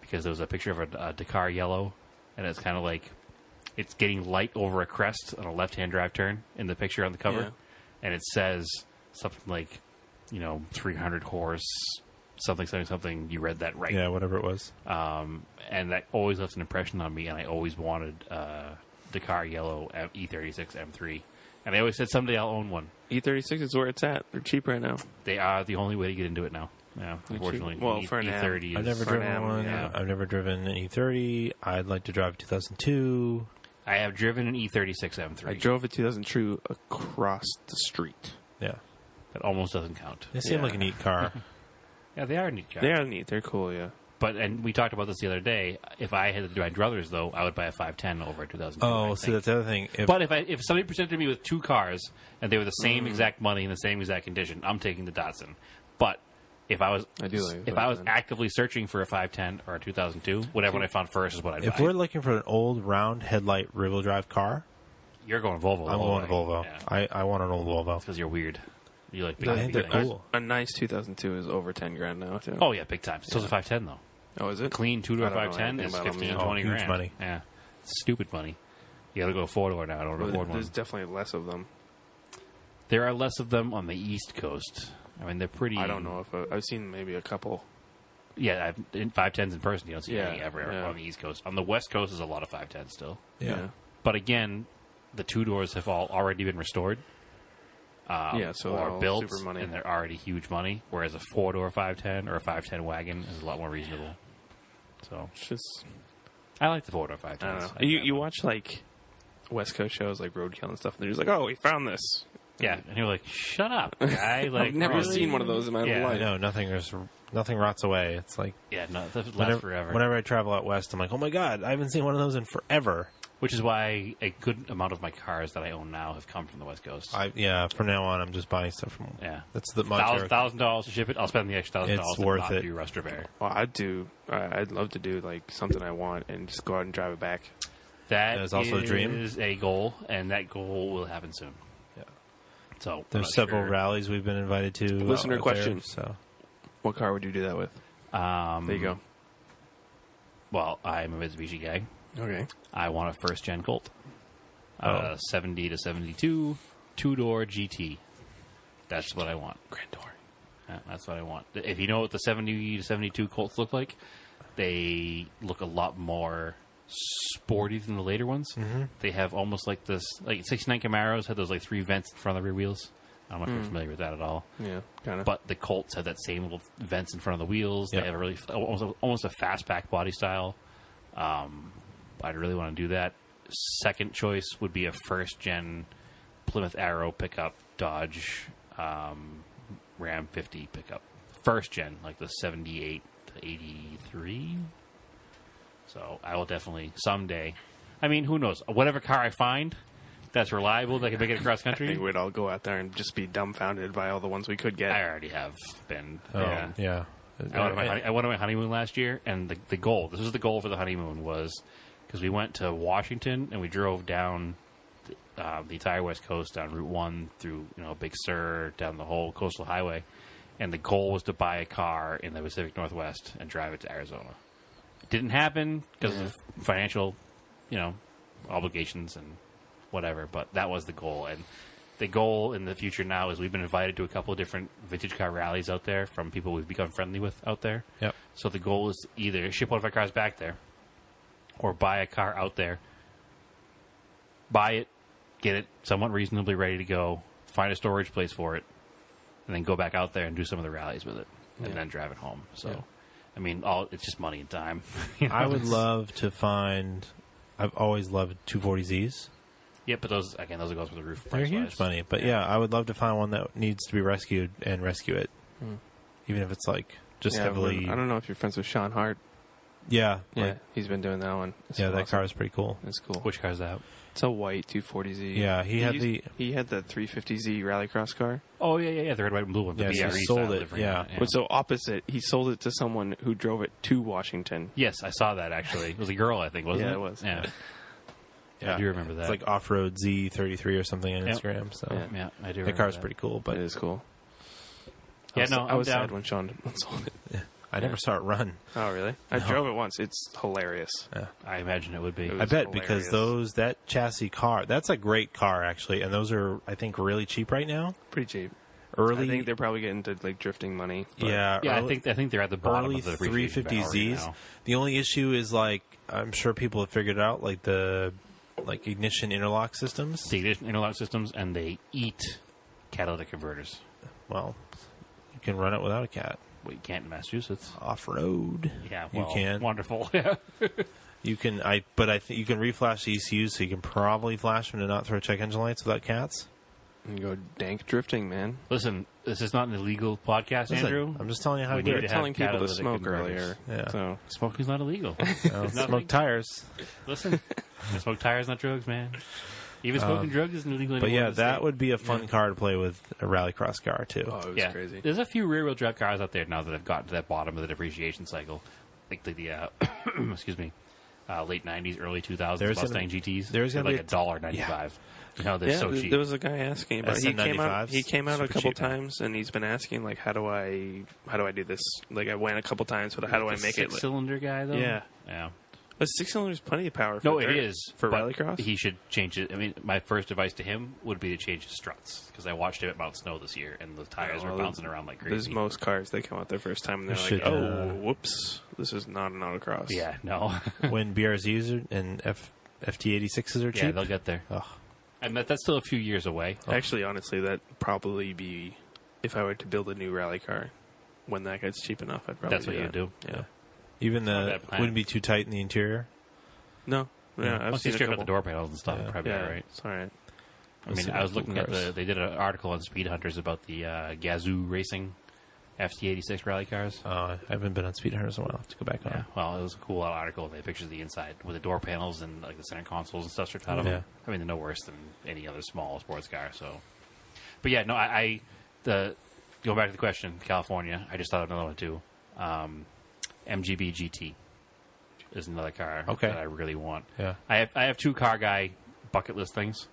S3: because there was a picture of a, a Dakar yellow, and it's kind of like it's getting light over a crest on a left-hand drive turn in the picture on the cover,
S2: Yeah.
S3: and it says something like, you know, 300 horse, something, something, something. You read that right,
S1: yeah, whatever it was.
S3: um, and that always left an impression on me, and I always wanted uh, Dakar yellow uh, E M- E36 M3, and I always said someday I'll own one.
S2: E36 E is where it's at. They're cheap right now.
S3: They are the only way to get into it now. Yeah, unfortunately.
S2: Well,
S3: E-
S2: for an app.
S3: E30
S1: I've
S3: is-
S1: never
S2: for an
S1: driven
S2: animal,
S1: one.
S3: yeah.
S1: I've never driven an E30. I'd like to drive a 2002.
S3: I have driven an E E36 M3.
S2: I drove a 2002 across the street.
S1: Yeah,
S3: that almost doesn't count.
S1: they seem
S2: Yeah.
S1: like a neat car.
S3: Yeah, they are neat cars.
S2: They are neat. They're cool. Yeah.
S3: But and we talked about this the other day. If I had to do my druthers though, I would buy a 510 over a 2002. I
S1: oh, see,
S3: think.
S1: that's the other thing. If,
S3: But if I, if somebody presented me with two cars and they were the
S2: Mm.
S3: same exact money in the same exact condition, I'm taking the Datsun. But if I was
S2: I do like
S3: if I was
S2: 510.
S3: actively searching for a 510 or a 2002, whatever one I found first is what I'd
S1: if
S3: buy.
S1: we're looking for an old round headlight rear wheel drive car,
S3: You're going Volvo.
S1: I'm going Volvo.
S3: because
S1: I, I want an old Volvo.
S3: you're weird. You like big
S1: I think they're
S3: things.
S1: cool.
S2: A nice 2002 is over 10 grand now too.
S3: Oh yeah, big time. It's still a five ten though.
S2: oh is it?
S3: Clean two door
S2: I don't know
S3: five ten
S2: anything
S3: is
S2: about 'em,
S3: fifteen
S2: yeah.
S3: to twenty
S1: Oh, huge
S3: grand.
S1: money.
S3: Yeah, stupid money. You got to go four door now. I don't afford one.
S2: There's definitely less of them.
S3: There are less of them on the East Coast. I mean, they're pretty.
S2: I don't know if I, I've seen maybe a couple.
S3: Yeah, I've, in five tens in person, you don't see
S2: Yeah,
S3: any ever
S2: yeah.
S3: on the East Coast. On the West Coast, there's a lot of five tens still.
S1: Yeah.
S3: But again, the two doors have all already been restored.
S2: Yeah. so they're
S3: Uh, or
S2: all
S3: built,
S2: super money.
S3: and they're already huge money. Whereas a four door five ten or a five ten wagon is a lot more reasonable. So
S2: It's just
S3: I like the four door five
S2: I don't
S3: tens.
S2: know. You you watch like West Coast shows like Roadkill and stuff, and they're just like, oh, we found this.
S3: Yeah, and you're like, shut up, guy. Like,
S2: I've never
S3: really?
S2: seen one of those in my
S3: Yeah, I
S1: I
S2: life.
S1: know nothing. There's nothing rots away. It's like
S3: Yeah, no, that lasts
S1: whenever,
S3: forever.
S1: whenever I travel out west, I'm like, oh my god, I haven't seen one of those in forever.
S3: Which is why a good amount of my cars that I own now have come from the West Coast.
S1: I yeah. From now on, I'm just buying stuff from.
S3: yeah,
S1: That's the
S3: thousand
S1: monetary.
S3: thousand dollars to ship it. I'll spend the extra thousand
S1: It's
S3: dollars to
S1: worth
S3: not
S1: it.
S3: do rust repair.
S2: Well, I'd do. I- I'd love to do like something I want and just go out and drive it back.
S3: That
S1: That's also a dream.
S3: is a goal, and that goal will happen soon.
S1: Yeah.
S3: So I'm not
S1: There's several
S3: sure.
S1: rallies we've been invited to. uh, out
S2: Listener
S1: there,
S2: question.
S1: so
S2: What car would you do that with?
S3: Um,
S2: There you go.
S3: Well, I'm a Mitsubishi guy.
S2: Okay.
S3: I want a first gen Colt, uh, seventy to seventy two, two door GT. That's what I want.
S2: Grand Touring.
S3: Yeah, that's what I want. If you know what the 70 to 72 Colts look like, they look a lot more sporty than the later ones. Mm-hmm. They have almost like this, like 69 Camaros had those like three vents in front of the rear wheels. I don't know if you're familiar with that at all.
S2: Yeah, kind of.
S3: But the Colts have that same little vents in front of the wheels.
S1: Yeah.
S3: They have a really almost a, almost a fastback body style. Um, I'd really want to do that. Second choice would be a first gen Plymouth Arrow pickup Dodge um, Ram 50 pickup. First gen, like the 78 to 83. So I will definitely someday. I mean, who knows? Whatever car I find that's reliable that can make it across
S2: I
S3: country.
S2: think we'd all go out there and just be dumbfounded by all the ones we could get.
S3: I already have been.
S1: oh,
S3: Yeah.
S1: yeah. yeah.
S3: I went, on my, honey- I went on my honeymoon last year, and the, the goal, this was the goal for the honeymoon, was because we went to Washington and we drove down the, uh, the entire West Coast on Route 1 through, you know, Big Sur, down the whole coastal highway. And the goal was to buy a car in the Pacific Northwest and drive it to Arizona. It didn't happen because of financial, you know, obligations and whatever, but that was the goal. And the goal in the future now is we've been invited to a couple of different vintage car rallies out there from people we've become friendly with out there.
S1: Yep.
S3: So the goal is to either ship one of our cars back there or buy a car out there, buy it, get it somewhat reasonably ready to go, find a storage place for it, and then go back out there and do some of the rallies with it and then drive it home. So, I mean, all it's just money and time. You know?
S1: I would love to find. I've always loved 240Zs.
S3: Yeah, but those, again, those are goes with the roof.
S1: They're
S3: price-wise.
S1: huge money, but yeah. I would love to find one that needs to be rescued and rescue it, even if it's like just
S2: Hmm. Yeah, I
S1: heavily.
S2: don't know if you're friends with Sean Hart.
S1: Yeah,
S2: Yeah,
S1: like-
S2: he's been doing that one. It's
S1: yeah. That
S2: awesome.
S1: car is pretty cool.
S2: It's cool.
S5: Which car's that?
S2: It's a white 240Z.
S1: Yeah, he had
S2: used-
S1: the
S2: he had the 350Z rallycross car.
S3: Oh yeah, yeah, yeah. The red, white, and blue one. the
S1: Yes,
S3: E
S1: he
S3: BRE
S1: sold
S3: style
S1: it,
S3: livery,
S1: yeah.
S2: But so opposite, he sold it to someone who drove it to Washington.
S3: yes, I saw that actually. It was a girl, I think, wasn't
S2: Yeah,
S3: it?
S2: it was.
S3: Yeah,
S1: yeah.
S3: I do remember that.
S1: It's like off road Z thirty three or something on
S3: Yep.
S1: Instagram. So
S2: Yeah.
S3: yeah, I do.
S1: the
S3: remember
S1: car's
S3: that.
S1: pretty cool,
S2: But
S1: but
S2: it is cool. I
S3: Yeah,
S2: was,
S3: no,
S2: I
S3: I'm
S2: was
S3: down.
S2: sad when Sean sold it.
S1: I never saw it run.
S2: Oh, really? I drove it once. It's hilarious.
S3: I imagine it would be.
S2: It
S1: I
S2: was
S1: bet because
S2: hilarious.
S1: those that chassis car that's a great car actually, and those are I think really cheap right now.
S2: Pretty cheap.
S1: Early,
S2: I think they're probably getting to like drifting money. but-
S1: yeah,
S3: yeah, I
S1: early-
S3: think I think they're at the bottom
S1: early
S3: of the
S1: three
S3: appreciation
S1: fifty
S3: value
S1: Zs.
S3: now.
S1: The only issue is like I'm sure people have figured it out, like the like ignition interlock systems.
S3: The ignition interlock systems, and they eat catalytic converters.
S1: Well, you can run it without a cat
S3: We can't in Massachusetts.
S1: off road.
S3: Yeah,
S1: You
S3: well,
S1: can.
S3: Wonderful. Yeah.
S1: You can I, but I think you can reflash the ECUs, so you can probably flash them to not throw check engine lights without cats.
S2: You go dank drifting, man.
S3: Listen, this is not an illegal podcast,
S1: Listen,
S3: Andrew.
S1: I'm just telling you how
S3: We
S1: to do
S3: need
S1: it.
S3: to have
S2: Telling people to
S3: catalytic
S2: smoke
S3: converters.
S2: earlier.
S1: Yeah.
S2: So
S3: Smoking's not illegal.
S1: Well,
S3: Nothing.
S1: smoke tires.
S3: Listen, I smoke tires, not drugs, man. Even smoking drugs isn't illegal.
S1: Um, But
S3: anymore in
S1: yeah,
S3: the
S1: that
S3: state.
S1: would be a fun car to play with a rallycross car too.
S2: Oh, it was
S3: yeah.
S2: crazy.
S3: There's a few rear-wheel drive cars out there now that have gotten to that bottom of the depreciation cycle, like the, the uh, excuse me, uh, late '90s, early 2000s
S1: There's gonna-
S3: Mustang GTs.
S1: there's
S3: They're
S1: gonna
S3: like
S1: be
S3: a dollar ninety-five. You know, they're
S2: yeah,
S3: so
S2: th-
S3: cheap.
S2: there was a guy asking about. He came
S1: SN95s,
S2: out. He came out a
S1: super
S2: couple
S1: cheap, man.
S2: times, and he's been asking like, "How do I? How do I do this?" Like, I went a couple times, but how do I make it? Like,
S3: Six-cylinder guy though.
S2: Yeah.
S3: yeah.
S2: a six cylinder is plenty of power. For
S3: No, it
S2: dirt.
S3: is
S2: for
S3: but
S2: rallycross.
S3: He should change it. I mean, my first advice to him would be to change his struts because I watched him at Mount Snow this year, and the tires
S2: Yeah,
S3: were
S2: well,
S3: bouncing around like
S2: There's
S3: crazy.
S2: most cars that come out their first time and they're
S1: You
S2: like,
S1: should,
S2: "Oh,
S1: uh,
S2: whoops, this is not an autocross."
S3: yeah, no,
S1: when BRZs are, and F, FT86s are
S3: yeah,
S1: cheap.
S3: they'll get there.
S1: Ugh.
S3: And that, that's still a few years away.
S2: Actually, honestly, that probably be if I were to build a new rally car when that gets cheap enough. I'd probably
S3: That's what
S2: do
S3: you
S2: that.
S3: do.
S2: Yeah.
S1: Even
S3: not a
S1: the
S3: bad plan.
S1: wouldn't be too tight in the interior.
S2: No. No,
S1: Yeah.
S2: I've
S3: Once you
S2: seen a
S3: strip out
S2: couple.
S3: the door panels and stuff,
S1: Yeah.
S3: probably
S2: yeah,
S3: all right.
S2: it's all right.
S3: I mean,
S1: see
S3: I was
S1: what
S3: looking at
S1: cars.
S3: the. They did an article on Speed Hunters about the uh, Gazoo Racing FT86 rally cars.
S1: Uh, I haven't been on Speed Hunters in a while. I have to go back on.
S3: Yeah, well, it was a cool little article. They had pictures of the inside with the door panels and like the center consoles and stuff stripped out of them. I mean, they're no worse than any other small sports car. So, but yeah, no, I, I the going back to the question, California. I just thought of another one too. Um, MGB GT is another car
S1: Okay.
S3: that I really want.
S1: Yeah.
S3: I have I have two car guy bucket list things.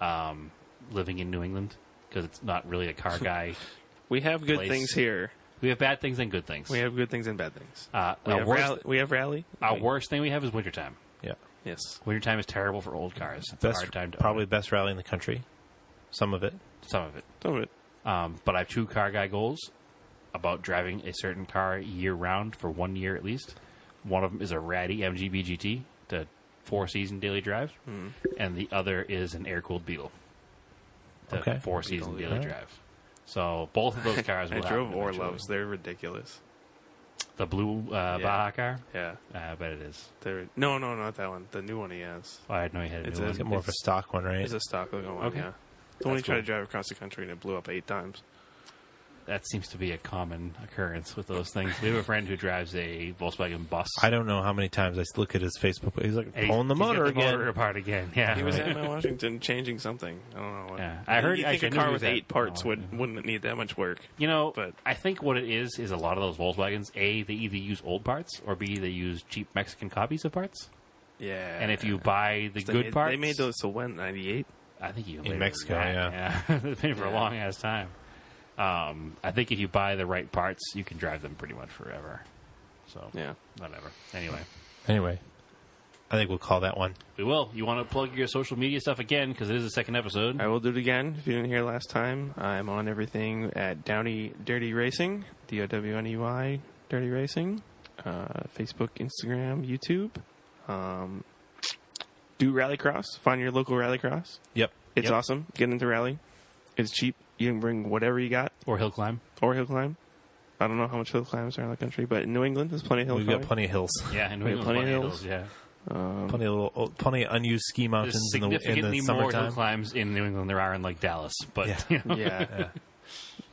S3: Um, living in New England because it's not really a car guy.
S2: We have good
S3: Place.
S2: things here.
S3: we have bad things and good things.
S2: We have good things and bad things.
S3: uh,
S2: We,
S3: our
S2: have,
S3: worst,
S2: rally, we have rally.
S3: our
S2: We-
S3: worst thing we have is wintertime.
S1: Yeah.
S2: Yes.
S3: Wintertime is terrible for old cars. It's a
S1: Best
S3: hard time to
S1: probably
S3: probably
S1: the best rally in the country. Some of it.
S3: some of it.
S2: Some of it.
S3: Um, but I have two car guy goals about driving a certain car year round for one year at least. One of them is a ratty MGB GT, the four season daily drive,
S2: Hmm.
S3: and the other is an air cooled Beetle, the
S1: Okay.
S3: four season daily
S1: alright.
S3: drive. So both of those cars.
S2: I
S3: will
S2: drove
S3: happen eventually.
S2: Orlovs. They're ridiculous.
S3: the blue uh, Baja car.
S2: Yeah.
S3: Uh, I bet it is.
S2: They're no, no, not that one. The new one he has.
S3: Oh, I had no idea. It's
S2: It's
S3: a,
S2: a-
S1: Let's get more of a stock one, right?
S2: It's a stock looking one.
S3: Okay.
S2: Yeah. The one he
S3: That's
S2: tried
S3: cool.
S2: to drive across the country and it blew up eight times.
S3: that seems to be a common occurrence with those things. We have a friend who drives a Volkswagen bus.
S1: I don't know how many times I look at his Facebook. He's like
S3: Hey,
S1: pulling the
S3: he's got
S1: motor again.
S3: apart again. Yeah,
S2: He was
S3: right.
S2: at my Washington changing something. I don't know. What.
S3: Yeah. I heard-
S2: You
S3: actually, I
S2: think
S3: knew
S2: a car
S3: he
S2: with
S3: was at
S2: eight parts
S3: my
S2: would wouldn't need that much work.
S3: you know,
S2: but-
S3: I think what it is is a lot of those Volkswagens. A, they either use old parts, or B, they use cheap Mexican copies of parts.
S2: Yeah.
S3: And if you buy the
S2: they
S3: good
S2: made,
S3: parts,
S2: they made those to when ninety eight.
S3: I think you
S1: In Mexico,
S3: yeah, yeah. they've been for a
S2: Yeah.
S3: long ass time. Um, I think if you buy the right parts, you can drive them pretty much forever. So
S2: Yeah.
S3: whatever. Anyway,
S1: Anyway, I think we'll call that one.
S3: we will. You want to plug your social media stuff again because it is the second episode.
S2: I will do it again. If you didn't hear last time, I'm on everything at Downey Dirty Racing, D O W N E Y Dirty Racing, uh, Facebook, Instagram, YouTube. Um, do Rallycross. Find your local Rallycross.
S1: Yep.
S2: It's
S3: Yep.
S2: awesome. Get into Rally. It's cheap. You can bring whatever you got
S3: Or hill climb.
S2: or hill climb. I don't know how much hill climbs are in the country, but in New England, there's plenty of hill
S1: We've got
S2: climbing. Um,
S1: plenty of hills,
S3: Yeah, and
S2: We
S3: we
S2: have
S3: have
S2: plenty of hills.
S3: Yeah.
S1: plenty of little, oh, plenty of unused ski
S3: There's
S1: mountains in the, in
S3: significantly
S1: the
S3: more hill
S1: summertime.
S3: climbs in New England than there are in like Dallas, but
S1: Yeah.
S3: you know,
S2: yeah.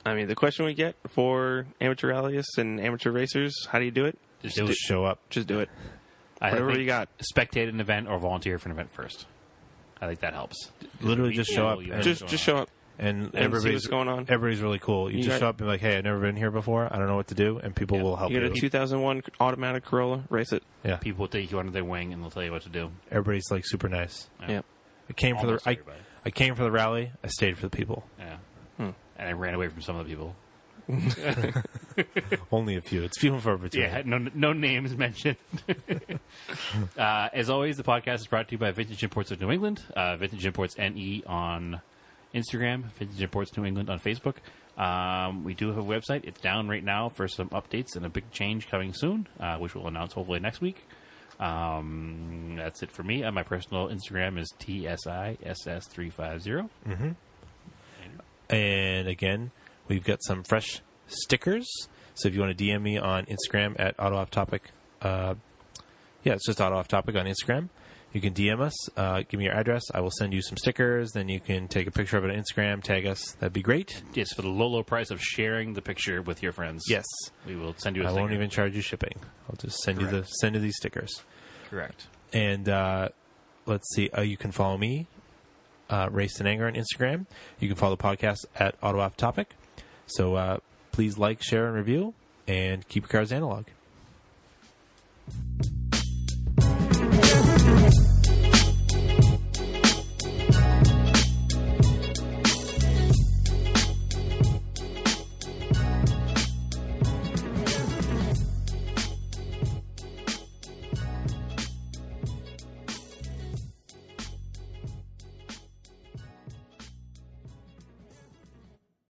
S2: I mean, the question we get for amateur rallyists and amateur racers: How do you do it?
S3: Just
S1: It'll
S3: do-
S1: show up.
S2: Just do it.
S3: I
S2: Whatever
S3: think
S2: you got.
S3: Spectate an event or volunteer for an event first. I think that helps.
S1: Literally just show up
S3: you
S1: and,
S3: know.
S2: Just just show up.
S1: and
S2: see
S1: everybody's
S2: what's going on.
S1: Everybody's really cool. You,
S2: You
S1: just
S2: got-
S1: show up and be like, hey, I've never been here before. I don't know what to do, and people will help
S2: You
S1: you.
S2: get a 2001 automatic Corolla, race it.
S1: yeah,
S3: People will take you under their wing and they'll tell you what to do.
S1: everybody's like super nice.
S3: Yeah.
S2: Yep.
S1: I came for the
S3: Almost
S1: I,
S3: everybody.
S1: I came for the rally. I stayed for the people.
S3: Yeah.
S2: Hmm.
S3: And I ran away from some of the people.
S1: Only a few. It's few and far between.
S3: Yeah, no, no names mentioned. uh, as always, the podcast is brought to you by Vintage Imports of New England, uh, Vintage Imports NE on Instagram, Vintage Imports New England on Facebook. Um, we do have a website. It's down right now for some updates and a big change coming soon, uh, which we'll announce hopefully next week. Um, that's it for me. Uh, my personal Instagram is TSISS350.
S1: And again, we've got some fresh stickers. So if you want to DM me on Instagram at Auto Off Topic, uh, yeah, it's just Auto Off Topic on Instagram. You can DM us, uh, give me your address. I will send you some stickers. Then you can take a picture of it on Instagram, tag us. That'd be great.
S3: Yes, for the low, low price of sharing the picture with your friends.
S1: Yes,
S3: We will send you a
S1: I
S3: sticker.
S1: won't even charge you shipping. I'll just send you the
S3: Correct.
S1: send you these stickers.
S3: Correct.
S1: And uh, let's see. Uh, you can follow me, uh, Race and Anger, on Instagram. You can follow the podcast at Auto Off Topic. So uh, please like, share, and review, and keep your cars analog.